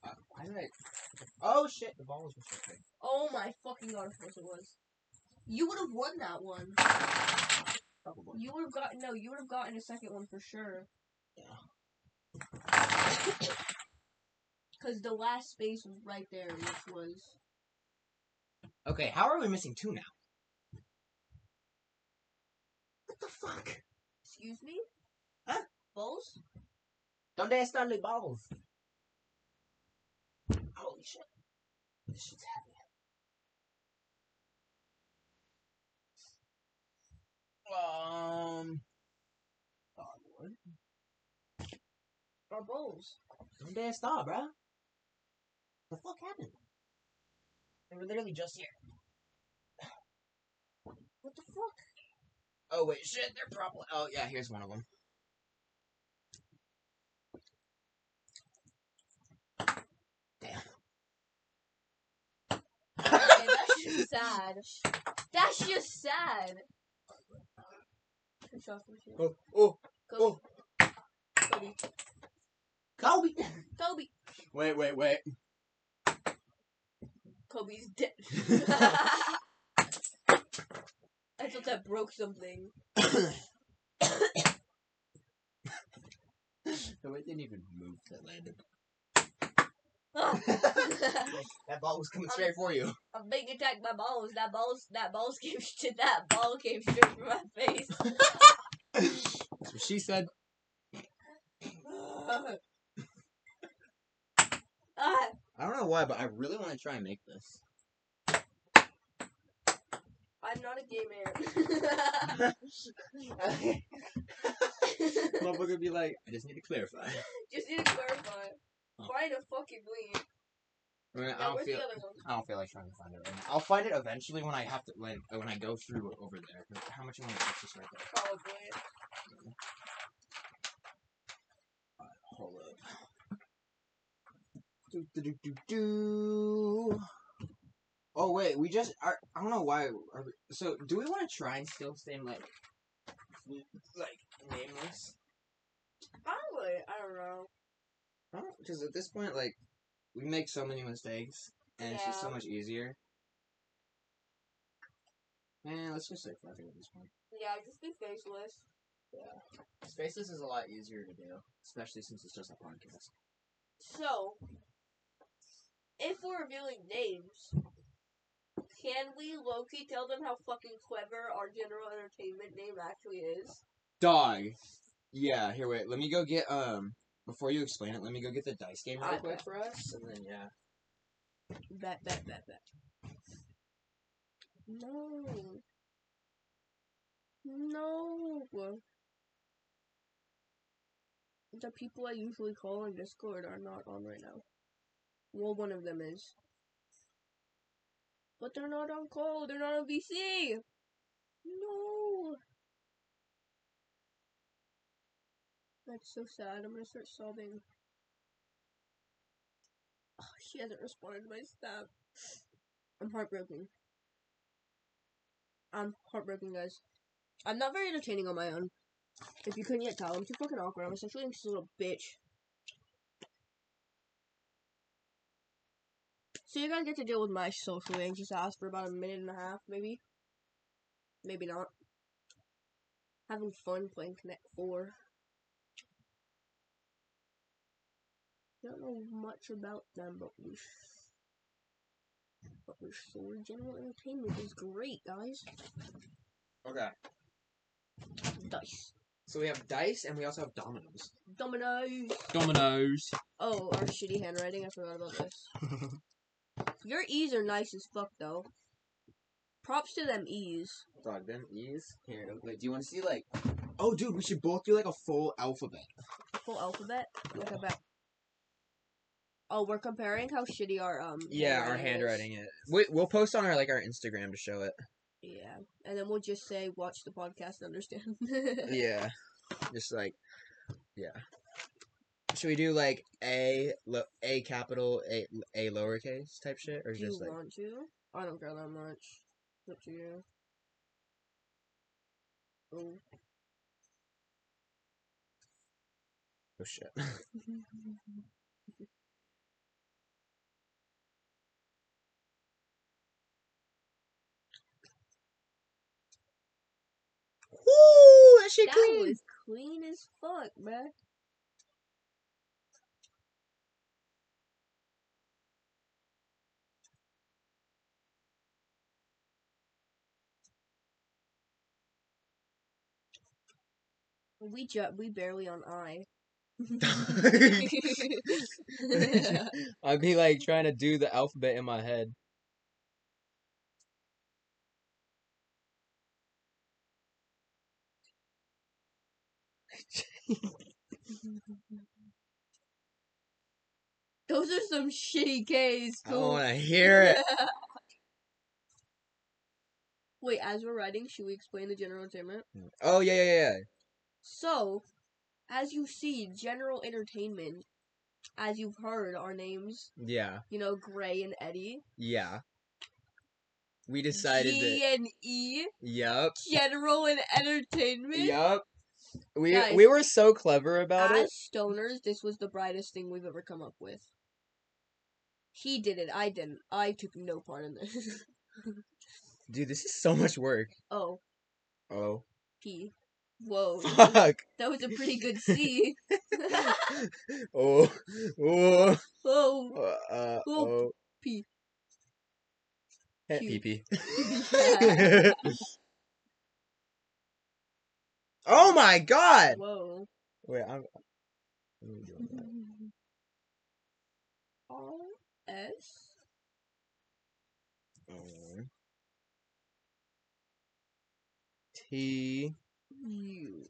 [SPEAKER 1] Uh, why did I? Oh shit! The ball was misplaced.
[SPEAKER 2] Oh my fucking god, of course it was. You would have won that one.
[SPEAKER 1] Probably.
[SPEAKER 2] You would have gotten, no, you would have gotten a second one for sure.
[SPEAKER 1] Yeah.
[SPEAKER 2] Because the last space was right there, which was.
[SPEAKER 1] Okay, how are we missing two now? What the fuck?
[SPEAKER 2] Excuse me?
[SPEAKER 1] Huh?
[SPEAKER 2] balls?
[SPEAKER 4] Don't they start the balls? Holy shit. This shit's heavy. Um,
[SPEAKER 2] Our balls.
[SPEAKER 4] don't they stop, bro? The fuck happened? They were literally just here.
[SPEAKER 2] What the fuck?
[SPEAKER 4] Oh wait, shit, they're probably. Oh yeah, here's one of them.
[SPEAKER 2] Okay, that's just sad. That's just sad. Good shot, good shot.
[SPEAKER 4] Oh, oh,
[SPEAKER 2] Kobe.
[SPEAKER 1] oh.
[SPEAKER 2] Kobe.
[SPEAKER 4] Kobe.
[SPEAKER 2] Kobe.
[SPEAKER 1] Wait, wait, wait.
[SPEAKER 2] Kobe's dead. I thought that broke something.
[SPEAKER 1] So it didn't even move. That landed.
[SPEAKER 2] Ah.
[SPEAKER 4] that ball was coming straight for you.
[SPEAKER 2] A big attack my balls. That balls. That balls came straight. That ball came straight for my face.
[SPEAKER 1] That's what she said.
[SPEAKER 2] Ah,
[SPEAKER 1] I don't know why, but I really want to try and make this.
[SPEAKER 2] I'm not a gay man.
[SPEAKER 1] Motherfucker be like, I just need to clarify.
[SPEAKER 2] Just need to clarify. Find a fucking link.
[SPEAKER 1] Oh. I, mean, I
[SPEAKER 2] Now,
[SPEAKER 1] don't
[SPEAKER 2] where's the
[SPEAKER 1] feel.
[SPEAKER 2] other one?
[SPEAKER 1] I don't feel like trying to find it right now. I'll find it eventually when I have to, like, when I go through over there. How much you want to purchase right there?
[SPEAKER 2] Probably.
[SPEAKER 1] Hold up. Do, do, do, do, do. Oh wait, we just are. I don't know why. Are we, so do we want to try and still stay in like, like nameless?
[SPEAKER 2] Probably. I don't know.
[SPEAKER 1] Because at this point, like, we make so many mistakes, and it's just so
[SPEAKER 2] Yeah.
[SPEAKER 1] much easier. Man, let's just say fuck it at this point.
[SPEAKER 2] Yeah, just be faceless.
[SPEAKER 1] Spaceless is a lot easier to do, especially since it's just a podcast.
[SPEAKER 2] So, if we're revealing names, can we Loki tell them how fucking clever our general entertainment name actually is?
[SPEAKER 1] Dog. Yeah. Here, wait. Let me go get um. Before you explain it, let me go get the dice game real
[SPEAKER 2] Alright.
[SPEAKER 1] quick for us, and then yeah.
[SPEAKER 2] Bet, bet, bet, bet. No. No. The people I usually call on Discord are not on right now. Well, one of them is. But they're not on call, they're not on VC! No! That's so sad, I'm gonna start sobbing. Oh, she hasn't responded to my snap. I'm heartbroken. I'm heartbroken, guys. I'm not very entertaining on my own. If you couldn't yet tell, I'm too fucking awkward. I'm essentially just a little bitch. So you guys get to deal with my socially anxious ass for about a minute and a half, maybe. Maybe not. Having fun playing Connect Four. Don't know much about them, but we but we sure general entertainment is great, guys.
[SPEAKER 1] Okay.
[SPEAKER 2] Dice.
[SPEAKER 1] So we have dice, and we also have dominoes.
[SPEAKER 2] Dominoes.
[SPEAKER 1] Dominoes.
[SPEAKER 2] Oh, our shitty handwriting. I forgot about this. Your E's are nice as fuck, though. Props to them E's.
[SPEAKER 1] Dog, them E's. Here, wait. Do you want to see like? Oh, dude, we should both do like a full alphabet.
[SPEAKER 2] Full alphabet. Look at that. Oh, we're comparing how shitty our um.
[SPEAKER 1] Yeah, our handwriting is. We, we'll post on our like our Instagram to show it.
[SPEAKER 2] is. Yeah, and then we'll just say, "Watch the podcast, and understand."
[SPEAKER 1] yeah, just like, yeah. Should we do like a lo- a capital a a lowercase type shit or
[SPEAKER 2] Do you
[SPEAKER 1] just like?
[SPEAKER 2] want to? I don't care that much. It's up to you. Oh.
[SPEAKER 1] Oh shit. Woo! That shit
[SPEAKER 2] That
[SPEAKER 1] clean.
[SPEAKER 2] was clean as fuck, bruh. We ju- we barely on I.
[SPEAKER 1] I'd be like trying to do the alphabet in my head.
[SPEAKER 2] Those are some shitty K's.
[SPEAKER 1] I don't
[SPEAKER 2] Cool.
[SPEAKER 1] want to hear it.
[SPEAKER 2] Wait, as we're writing, should we explain the general entertainment?
[SPEAKER 1] Oh yeah, yeah, yeah. yeah.
[SPEAKER 2] So, as you see, general entertainment, as you've heard, our names,
[SPEAKER 1] Yeah,
[SPEAKER 2] you know, Gray and Eddie.
[SPEAKER 1] yeah. We decided
[SPEAKER 2] G
[SPEAKER 1] that.
[SPEAKER 2] and E,
[SPEAKER 1] Yep.
[SPEAKER 2] general and entertainment.
[SPEAKER 1] Yep. We
[SPEAKER 2] Guys.
[SPEAKER 1] we were so clever about
[SPEAKER 2] As
[SPEAKER 1] it.
[SPEAKER 2] stoners, this was the brightest thing we've ever come up with. He did it. I didn't. I took no part in this.
[SPEAKER 1] Dude, this is so much work.
[SPEAKER 2] oh,
[SPEAKER 1] Oh.
[SPEAKER 2] P. Whoa,
[SPEAKER 1] Fuck.
[SPEAKER 2] that was a pretty good C.
[SPEAKER 1] Oh. Oh.
[SPEAKER 2] oh,
[SPEAKER 1] Uh, uh, oh.
[SPEAKER 2] P.
[SPEAKER 1] Heh,
[SPEAKER 2] Q.
[SPEAKER 1] pee-pee. oh my god.
[SPEAKER 2] whoa.
[SPEAKER 1] Wait, I'm. let me do
[SPEAKER 2] Mm-hmm.
[SPEAKER 1] that.
[SPEAKER 2] R S.
[SPEAKER 1] Um, T.
[SPEAKER 2] U.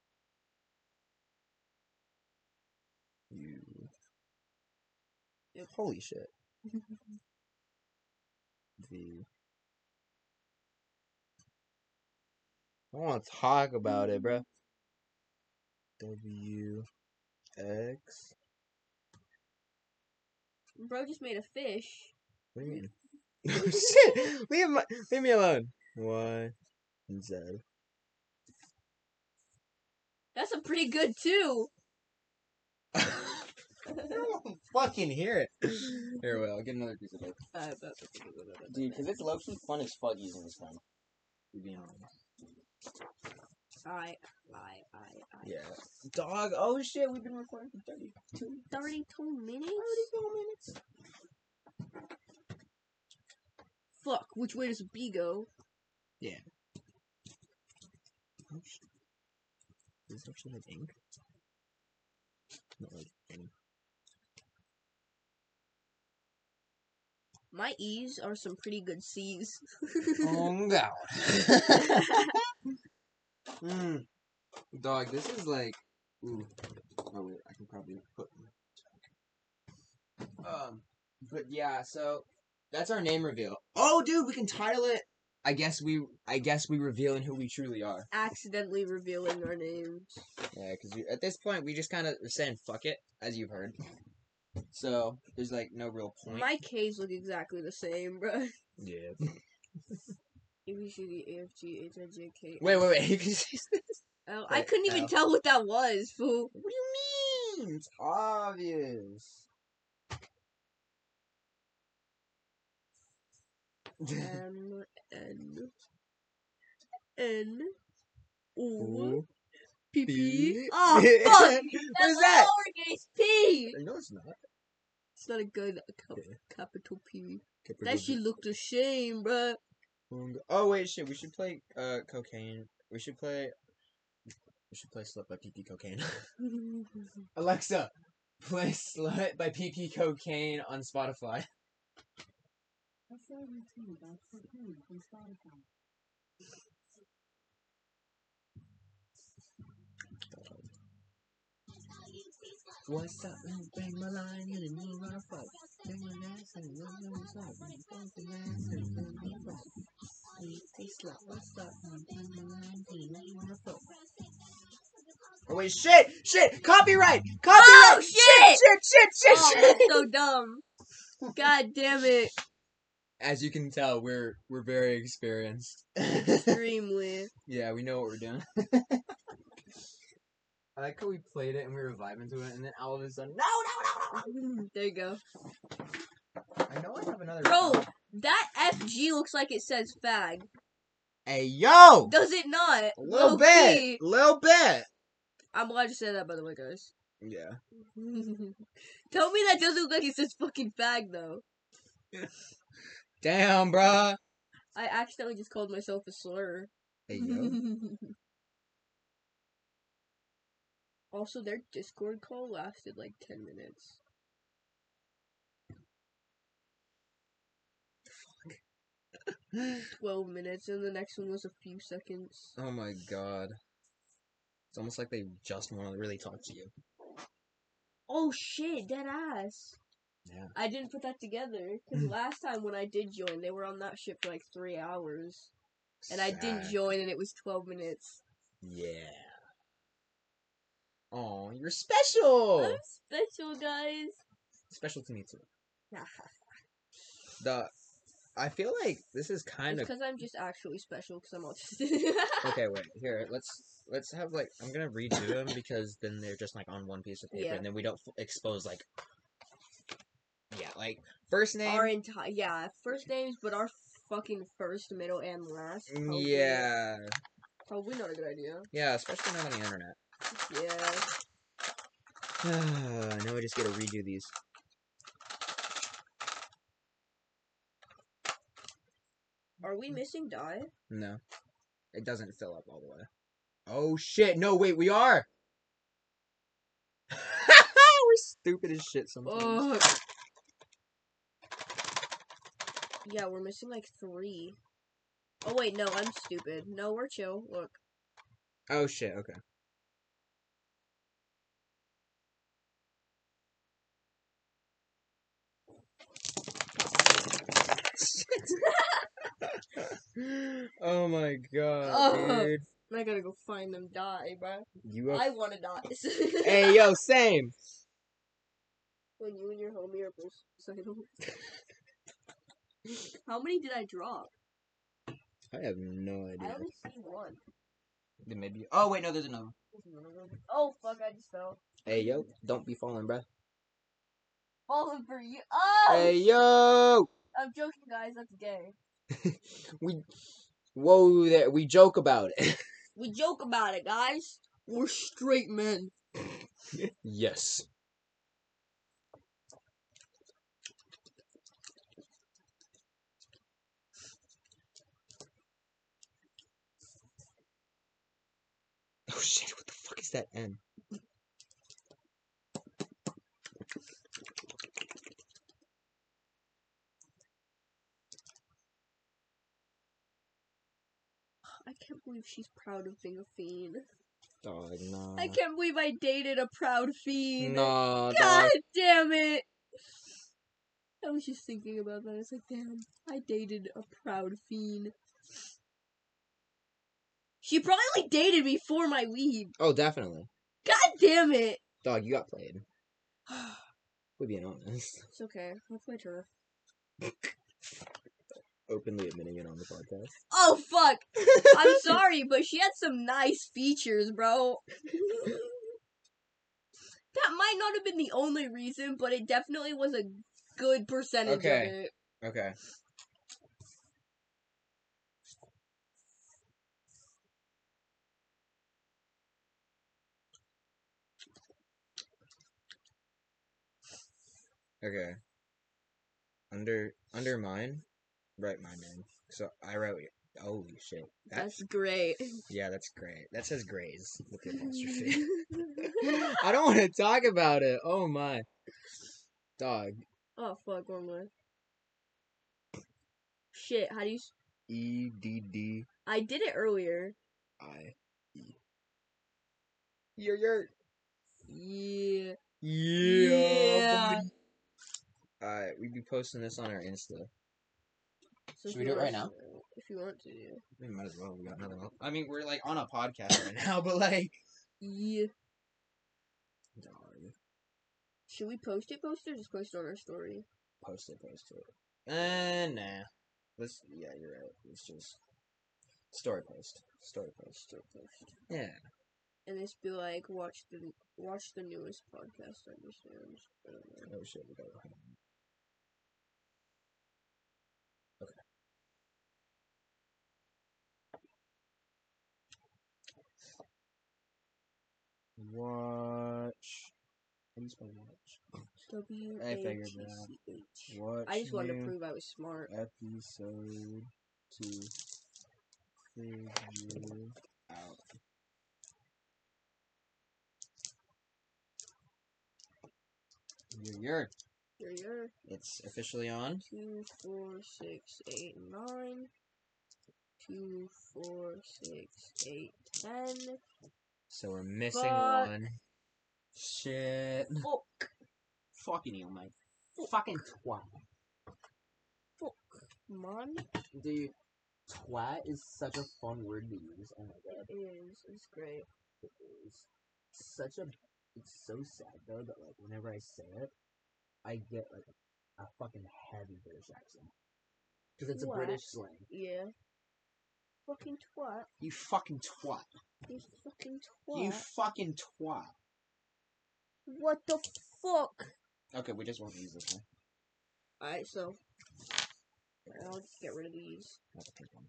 [SPEAKER 1] U. Holy shit. V. I want to talk about it, bro. W. X.
[SPEAKER 2] Bro just made a fish.
[SPEAKER 1] What do you mean? Oh shit! Leave, my, leave me alone. Y. Z.
[SPEAKER 2] That's a pretty good too.
[SPEAKER 1] don't fucking hear it.
[SPEAKER 5] Mm-hmm.
[SPEAKER 1] Here, wait, I'll get another piece of paper.
[SPEAKER 2] Uh, but-
[SPEAKER 5] Dude, because it's low key fun as fuck using this gun. To be honest.
[SPEAKER 2] I, I, I, I.
[SPEAKER 1] Yeah.
[SPEAKER 5] Dog, oh shit, we've been recording for 32
[SPEAKER 2] Thirty-two minutes.
[SPEAKER 5] 32 minutes.
[SPEAKER 2] Fuck. Which way does B go?
[SPEAKER 5] Oh, shit. Is this actually like ink? Not like ink.
[SPEAKER 2] My E's are some pretty good C's.
[SPEAKER 5] Oh god. mm. Dog, this is like. Ooh. Oh wait, I can probably put. Um, but yeah, so that's our name reveal. Oh, dude, we can title it. I guess we, I guess we revealing who we truly are.
[SPEAKER 2] Accidentally revealing our names.
[SPEAKER 5] Yeah, because at this point we just kind of are saying fuck it, as you've heard. So there's like no real point.
[SPEAKER 2] My K's look exactly the same, bro. A
[SPEAKER 1] Yeah.
[SPEAKER 2] B C D E F G H I J K.
[SPEAKER 5] Wait, wait, wait. You can see
[SPEAKER 2] L. I
[SPEAKER 5] wait,
[SPEAKER 2] couldn't even
[SPEAKER 5] L.
[SPEAKER 2] tell what that was, fool.
[SPEAKER 5] What do you mean? It's obvious.
[SPEAKER 2] M N N O
[SPEAKER 1] Ooh.
[SPEAKER 2] P
[SPEAKER 1] P.
[SPEAKER 2] P. Oh fuck!
[SPEAKER 1] What is
[SPEAKER 2] That's
[SPEAKER 1] that?
[SPEAKER 2] Lowercase P.
[SPEAKER 1] No, it's not.
[SPEAKER 2] It's not a good cap-
[SPEAKER 1] Yeah.
[SPEAKER 2] capital P. That shit looked a shame, bruh.
[SPEAKER 1] Oh wait, shit. We should play uh cocaine. We should play. We should play slut by PP cocaine.
[SPEAKER 5] Alexa, play "Slut" by PP Cocaine on Spotify.
[SPEAKER 2] Oh,
[SPEAKER 5] What's up? Let me bang my line and a new round of fuck. Bang my ass and a new round of fuck. Bang my ass and a new round of fuck. Let me say slut. What's up? Let me bang my line and a new round of fuck. Oh wait, shit, shit, copyright, copyright,
[SPEAKER 2] Oh shit!
[SPEAKER 5] shit, shit, shit,
[SPEAKER 2] Oh,
[SPEAKER 5] shit.
[SPEAKER 2] that's so dumb. God damn it.
[SPEAKER 1] As you can tell, we're we're very experienced.
[SPEAKER 2] Extremely.
[SPEAKER 1] Yeah, we know what we're doing. I like how we played it and we were vibing to it, and then all of a sudden, no, no, no,
[SPEAKER 2] There you go.
[SPEAKER 1] no. I know I have another.
[SPEAKER 2] Bro, that FG looks like it says fag.
[SPEAKER 1] Hey yo,
[SPEAKER 2] Does it not?
[SPEAKER 1] a little
[SPEAKER 2] Low
[SPEAKER 1] bit,
[SPEAKER 2] key.
[SPEAKER 1] little bit.
[SPEAKER 2] I'm glad you said that, by the way, guys.
[SPEAKER 1] Yeah.
[SPEAKER 2] Tell me that doesn't look like it says fucking fag, though.
[SPEAKER 1] Damn, bruh.
[SPEAKER 2] I accidentally just called myself a slur.
[SPEAKER 1] Hey yo.
[SPEAKER 2] Also, their Discord call lasted like 10 minutes. Fuck. 12 minutes, and the next one was a few seconds.
[SPEAKER 1] Oh my god. It's almost like they just want to really talk to you.
[SPEAKER 2] Oh shit, dead ass.
[SPEAKER 1] Yeah.
[SPEAKER 2] I didn't put that together because last time when I did join, they were on that ship for like three hours, and I didn't
[SPEAKER 1] Sad.
[SPEAKER 2] join, and it was 12 minutes.
[SPEAKER 1] Yeah. Oh, you're special.
[SPEAKER 2] I'm special, guys.
[SPEAKER 1] Special to me too.
[SPEAKER 2] Nah.
[SPEAKER 1] The I feel like this is kind of
[SPEAKER 2] because I'm just actually special because I'm autistic.
[SPEAKER 1] okay. Wait, here let's let's have like I'm gonna redo them because then they're just like on one piece of paper
[SPEAKER 2] Yeah.
[SPEAKER 1] and then we don't f- expose like yeah like first name
[SPEAKER 2] our entire yeah, first names, but our fucking first, middle, and last. probably-
[SPEAKER 1] Mm, yeah
[SPEAKER 2] probably not a good idea.
[SPEAKER 1] yeah especially not on the internet.
[SPEAKER 2] Yeah,
[SPEAKER 1] now we just gotta redo these.
[SPEAKER 2] are we missing die?
[SPEAKER 1] No. It doesn't fill up all the way. Oh shit, no, wait, we are! We're stupid as shit sometimes.
[SPEAKER 2] Ugh. Yeah, we're missing like three. Oh wait, no, I'm stupid. No, we're chill. Look,
[SPEAKER 1] Oh shit, okay. oh my god,
[SPEAKER 2] Ugh.
[SPEAKER 1] dude.
[SPEAKER 2] I gotta go find them. Die, bruh.
[SPEAKER 1] You are
[SPEAKER 2] Oh, I want to die.
[SPEAKER 1] Hey yo, same.
[SPEAKER 2] when you and your homie are both suicidal. How many did I drop?
[SPEAKER 1] I have no
[SPEAKER 2] I
[SPEAKER 1] idea.
[SPEAKER 2] only see one.
[SPEAKER 1] Then Maybe. Oh wait, no, there's another. one.
[SPEAKER 2] Oh fuck! I just fell.
[SPEAKER 1] Hey yo, don't be falling, bruh.
[SPEAKER 2] Falling for you. Oh,
[SPEAKER 1] Hey yo,
[SPEAKER 2] I'm joking, guys. That's gay.
[SPEAKER 1] we. Whoa there, we joke about it.
[SPEAKER 2] We joke about it, guys. We're straight men.
[SPEAKER 1] yes. Oh shit! What the fuck is that N?
[SPEAKER 2] I can't believe she's proud of being a fiend.
[SPEAKER 1] Dog, no.
[SPEAKER 2] I can't believe I dated a proud fiend.
[SPEAKER 1] No,
[SPEAKER 2] God damn it! I was just thinking about that. I was like, damn, I dated a proud fiend. She probably dated me for my weed.
[SPEAKER 1] Oh, definitely.
[SPEAKER 2] God damn it!
[SPEAKER 1] Dog, you got played. We're being honest.
[SPEAKER 2] It's okay. That's my turf.
[SPEAKER 1] Openly admitting it on the podcast.
[SPEAKER 2] Oh fuck! I'm sorry, but she had some nice features, bro. that might not have been the only reason, but it definitely was a good percentage
[SPEAKER 1] Okay.
[SPEAKER 2] of it.
[SPEAKER 1] Okay. Okay. Under under mine, write my name. So I wrote it. Holy shit! That,
[SPEAKER 2] That's great.
[SPEAKER 1] yeah, that's great. That says Grays with the apostrophe. I don't want to talk about it. Oh my, dog.
[SPEAKER 2] oh fuck, one more. Shit, how do you? s-
[SPEAKER 1] E D D
[SPEAKER 2] I did it earlier.
[SPEAKER 1] I E. Your your
[SPEAKER 2] Yeah.
[SPEAKER 1] Yeah. Alright, we'd be posting this on our Insta.
[SPEAKER 6] Should
[SPEAKER 2] So if
[SPEAKER 6] we
[SPEAKER 2] you
[SPEAKER 6] do it
[SPEAKER 2] want
[SPEAKER 6] right
[SPEAKER 2] to-
[SPEAKER 6] now?
[SPEAKER 2] If you want to. yeah.
[SPEAKER 1] We might as well. We got another one. I mean, we're like on a podcast right now, but like.
[SPEAKER 2] Yeah. Should we post it? Post it or just post it on our story?
[SPEAKER 1] Post it, post it. Uh, nah. Let's. Yeah, you're right. Let's just. Story post. Story post.
[SPEAKER 2] Story post.
[SPEAKER 1] Yeah.
[SPEAKER 2] and just be like, watch the watch the newest podcast I understand. I don't know.
[SPEAKER 1] Oh shit, we got it. Okay. Watch. How do you spell watch?
[SPEAKER 2] W
[SPEAKER 1] I
[SPEAKER 2] A
[SPEAKER 1] figured
[SPEAKER 2] T
[SPEAKER 1] it out.
[SPEAKER 2] C H.
[SPEAKER 1] Watch
[SPEAKER 2] I just wanted to
[SPEAKER 1] new
[SPEAKER 2] prove I was smart.
[SPEAKER 1] episode to figure out. You're, you're.
[SPEAKER 2] Here you are.
[SPEAKER 1] It's officially on.
[SPEAKER 2] Two, four, six, eight, nine. Two, four, six, eight, ten.
[SPEAKER 1] So we're missing
[SPEAKER 2] Fuck.
[SPEAKER 1] one. Shit.
[SPEAKER 7] Fuck. Fucking you, mate. Fucking twat.
[SPEAKER 2] Come on.
[SPEAKER 7] Dude, twat is such a fun word to use. Oh my god.
[SPEAKER 2] It is. It's great.
[SPEAKER 7] It is. Such a. It's so sad though that like whenever I say it, I get like a fucking heavy British accent. Because it's
[SPEAKER 2] What?
[SPEAKER 7] a British slang.
[SPEAKER 2] Yeah. Fucking twat.
[SPEAKER 7] You fucking twat.
[SPEAKER 2] You fucking twat.
[SPEAKER 7] You fucking twat.
[SPEAKER 2] what the fuck?
[SPEAKER 1] Okay, we just won't use this one.
[SPEAKER 2] Alright, so. I'll just get rid of these.
[SPEAKER 1] That's a pink one.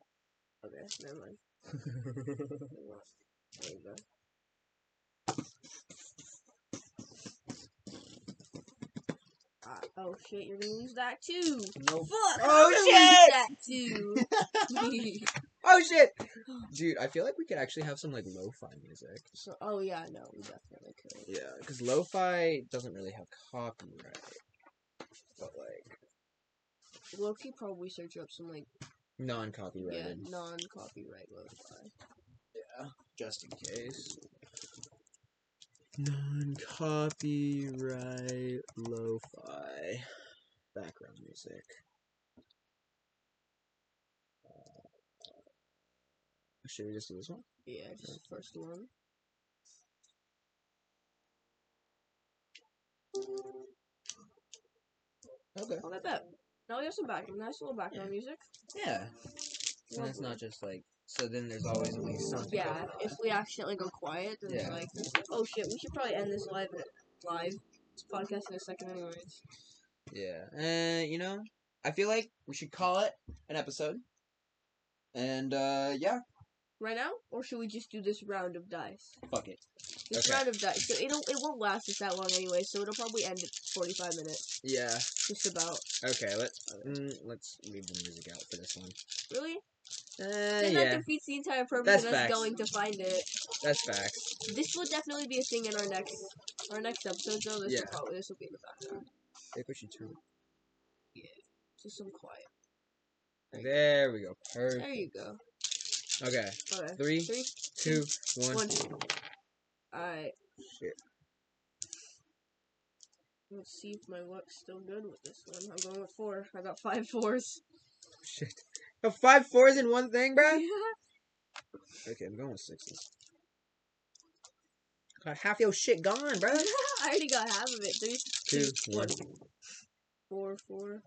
[SPEAKER 2] Okay, never mind. There you go. Uh, oh shit, you're gonna lose that too.
[SPEAKER 7] Nope.
[SPEAKER 2] Fuck!
[SPEAKER 1] Oh,
[SPEAKER 2] shit! Lose that too.
[SPEAKER 1] Oh shit! Dude, I feel like we could actually have some like lo-fi music.
[SPEAKER 2] so, oh yeah, no, we definitely could.
[SPEAKER 1] Yeah, because lo-fi doesn't really have copyright. But like
[SPEAKER 2] Loki probably search up some like yeah
[SPEAKER 1] non-copyrighted.
[SPEAKER 2] non-copyright lo-fi.
[SPEAKER 1] just in case. Non-copyright lo-fi background music. Uh, Should we just do this one?
[SPEAKER 2] Yeah, just the first one.
[SPEAKER 1] Okay.
[SPEAKER 2] Okay, bet. Now we have some background, nice little background music.
[SPEAKER 1] Yeah. So it's not just like so. Then there's always at least something.
[SPEAKER 2] Yeah,
[SPEAKER 1] going on.
[SPEAKER 2] if we accidentally go quiet, then
[SPEAKER 1] Yeah.
[SPEAKER 2] it's like, oh shit, we should probably end this live, live this podcast in a second, anyways.
[SPEAKER 1] Yeah. Uh, you know, I feel like we should call it an episode. And uh, yeah,
[SPEAKER 2] Right now, or should we just do this round of dice?
[SPEAKER 1] fuck it.
[SPEAKER 2] This
[SPEAKER 1] Okay.
[SPEAKER 2] round of dice. So it'll it won't last us that long anyway. So it'll probably end at forty five minutes,
[SPEAKER 1] Yeah.
[SPEAKER 2] just about.
[SPEAKER 1] Okay. Let's mm, let's leave the music out for this one.
[SPEAKER 2] Really?
[SPEAKER 1] Uh,
[SPEAKER 2] Then that
[SPEAKER 1] yeah,
[SPEAKER 2] defeats the entire
[SPEAKER 1] That's
[SPEAKER 2] purpose of us
[SPEAKER 1] facts.
[SPEAKER 2] going to find it.
[SPEAKER 1] that's facts.
[SPEAKER 2] This will definitely be a thing in our next our next episode though. This
[SPEAKER 1] Yeah.
[SPEAKER 2] will probably this will be in the background.
[SPEAKER 1] I think we should turn.
[SPEAKER 2] Just some quiet.
[SPEAKER 1] There we go.
[SPEAKER 2] There
[SPEAKER 1] Perfect.
[SPEAKER 2] you go.
[SPEAKER 1] Okay.
[SPEAKER 2] Okay.
[SPEAKER 1] Three,
[SPEAKER 2] Three,
[SPEAKER 1] two, one.
[SPEAKER 2] one. Alright.
[SPEAKER 1] Shit.
[SPEAKER 2] Let's see if my luck's still good with this one. I'm going with four. I got five fours.
[SPEAKER 1] Shit. A five fours in one thing, bro.
[SPEAKER 2] yeah.
[SPEAKER 1] Okay, I'm going with sixes. Got half your shit gone, bro.
[SPEAKER 2] I already got half of it. Three,
[SPEAKER 1] Two, one.
[SPEAKER 2] four, four.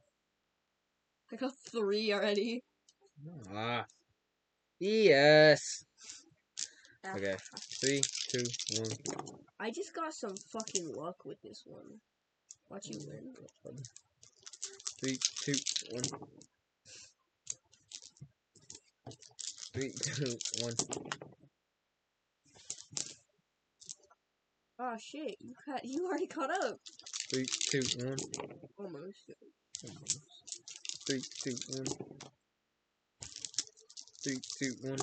[SPEAKER 2] I got three already.
[SPEAKER 1] Ah. Yes.
[SPEAKER 2] Ah.
[SPEAKER 1] Okay. Three, two, one.
[SPEAKER 2] I just got some fucking luck with this one. Watch you win.
[SPEAKER 1] Three, two, one. Three, two, one.
[SPEAKER 2] Oh shit, you got you already caught up.
[SPEAKER 1] Three, two, one.
[SPEAKER 2] Almost.
[SPEAKER 1] Three, two, one. Three, two, one.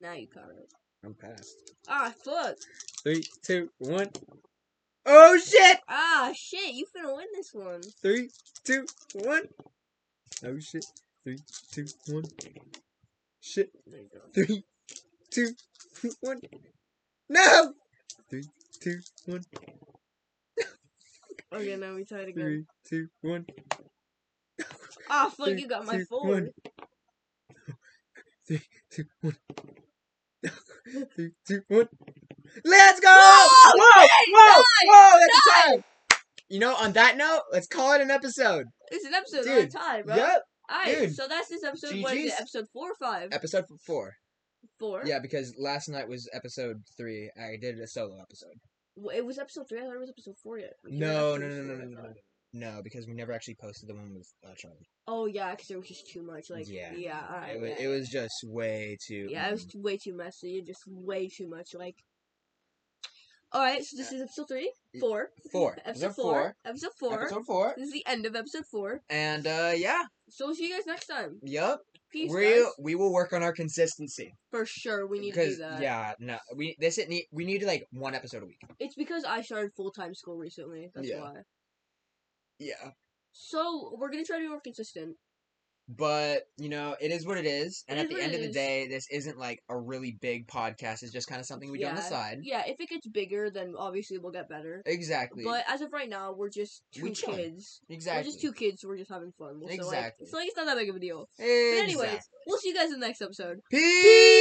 [SPEAKER 2] Now you caught up.
[SPEAKER 1] I'm past.
[SPEAKER 2] Ah fuck.
[SPEAKER 1] Three, two, one. Oh shit!
[SPEAKER 2] Ah shit, you finna win this one.
[SPEAKER 1] Three, two, one. Oh shit. Three, two, one. Shit.
[SPEAKER 2] There you go.
[SPEAKER 1] Three, two, one. No! Three, two, one.
[SPEAKER 2] Okay, now we tied again.
[SPEAKER 1] Three, two, one.
[SPEAKER 2] Ah fuck,
[SPEAKER 1] three,
[SPEAKER 2] you got my
[SPEAKER 1] two,
[SPEAKER 2] four.
[SPEAKER 1] one. Three, two, one. Three, two, one. Let's go!
[SPEAKER 2] Whoa,
[SPEAKER 1] Whoa! Whoa!
[SPEAKER 2] nice,
[SPEAKER 1] Whoa! That's a tie! You know, on that note, let's call it an episode.
[SPEAKER 2] It's an episode
[SPEAKER 1] Dude,
[SPEAKER 2] on time, bro.
[SPEAKER 1] Yep.
[SPEAKER 2] Alright,
[SPEAKER 1] dude.
[SPEAKER 2] so that's this episode. What is it?
[SPEAKER 1] GG's.
[SPEAKER 2] Episode four or five?
[SPEAKER 1] Episode four.
[SPEAKER 2] Four?
[SPEAKER 1] Yeah, because last night was episode three. I did a solo episode.
[SPEAKER 2] W- It was episode three. I thought it was episode four yet. We did
[SPEAKER 1] No,
[SPEAKER 2] episode
[SPEAKER 1] no, no, no,
[SPEAKER 2] four,
[SPEAKER 1] no,
[SPEAKER 2] I
[SPEAKER 1] no,
[SPEAKER 2] thought.
[SPEAKER 1] no. No, because we never actually posted the one with uh, Charlie.
[SPEAKER 2] Oh yeah, because there was just too much. Like yeah,
[SPEAKER 1] Yeah.
[SPEAKER 2] alright.
[SPEAKER 1] It was,
[SPEAKER 2] yeah.
[SPEAKER 1] it was just way too.
[SPEAKER 2] Yeah, it was t- way too messy and just way too much. Like, all right, so this is episode three,
[SPEAKER 1] Y-
[SPEAKER 2] four,
[SPEAKER 1] four.
[SPEAKER 2] episode four, episode four.
[SPEAKER 1] Episode four.
[SPEAKER 2] This is the end of episode four.
[SPEAKER 1] And uh, yeah,
[SPEAKER 2] So we'll see you guys next time.
[SPEAKER 1] yup.
[SPEAKER 2] Peace,
[SPEAKER 1] we
[SPEAKER 2] guys.
[SPEAKER 1] we will work on our consistency
[SPEAKER 2] For sure, we need to do
[SPEAKER 1] because
[SPEAKER 2] that.
[SPEAKER 1] yeah, no, we this it need we need like one episode a week.
[SPEAKER 2] It's because I started full time school recently. That's
[SPEAKER 1] Yeah.
[SPEAKER 2] why.
[SPEAKER 1] Yeah,
[SPEAKER 2] So we're gonna try to be more consistent.
[SPEAKER 1] but you know it is what it is, and
[SPEAKER 2] It
[SPEAKER 1] at
[SPEAKER 2] is
[SPEAKER 1] the
[SPEAKER 2] what
[SPEAKER 1] end
[SPEAKER 2] it
[SPEAKER 1] of the
[SPEAKER 2] is.
[SPEAKER 1] day, this isn't like a really big podcast. It's just kind of something we do on the
[SPEAKER 2] Yeah.
[SPEAKER 1] side.
[SPEAKER 2] Yeah, if it gets bigger, then obviously we'll get better.
[SPEAKER 1] Exactly.
[SPEAKER 2] But as of right now, we're just two
[SPEAKER 1] We chilling.
[SPEAKER 2] kids.
[SPEAKER 1] exactly.
[SPEAKER 2] We're just two kids. We're just having fun. So, like,
[SPEAKER 1] Exactly.
[SPEAKER 2] it's like it's not that big of a deal. But
[SPEAKER 1] Exactly.
[SPEAKER 2] anyways, we'll see you guys in the next episode.
[SPEAKER 1] Peace.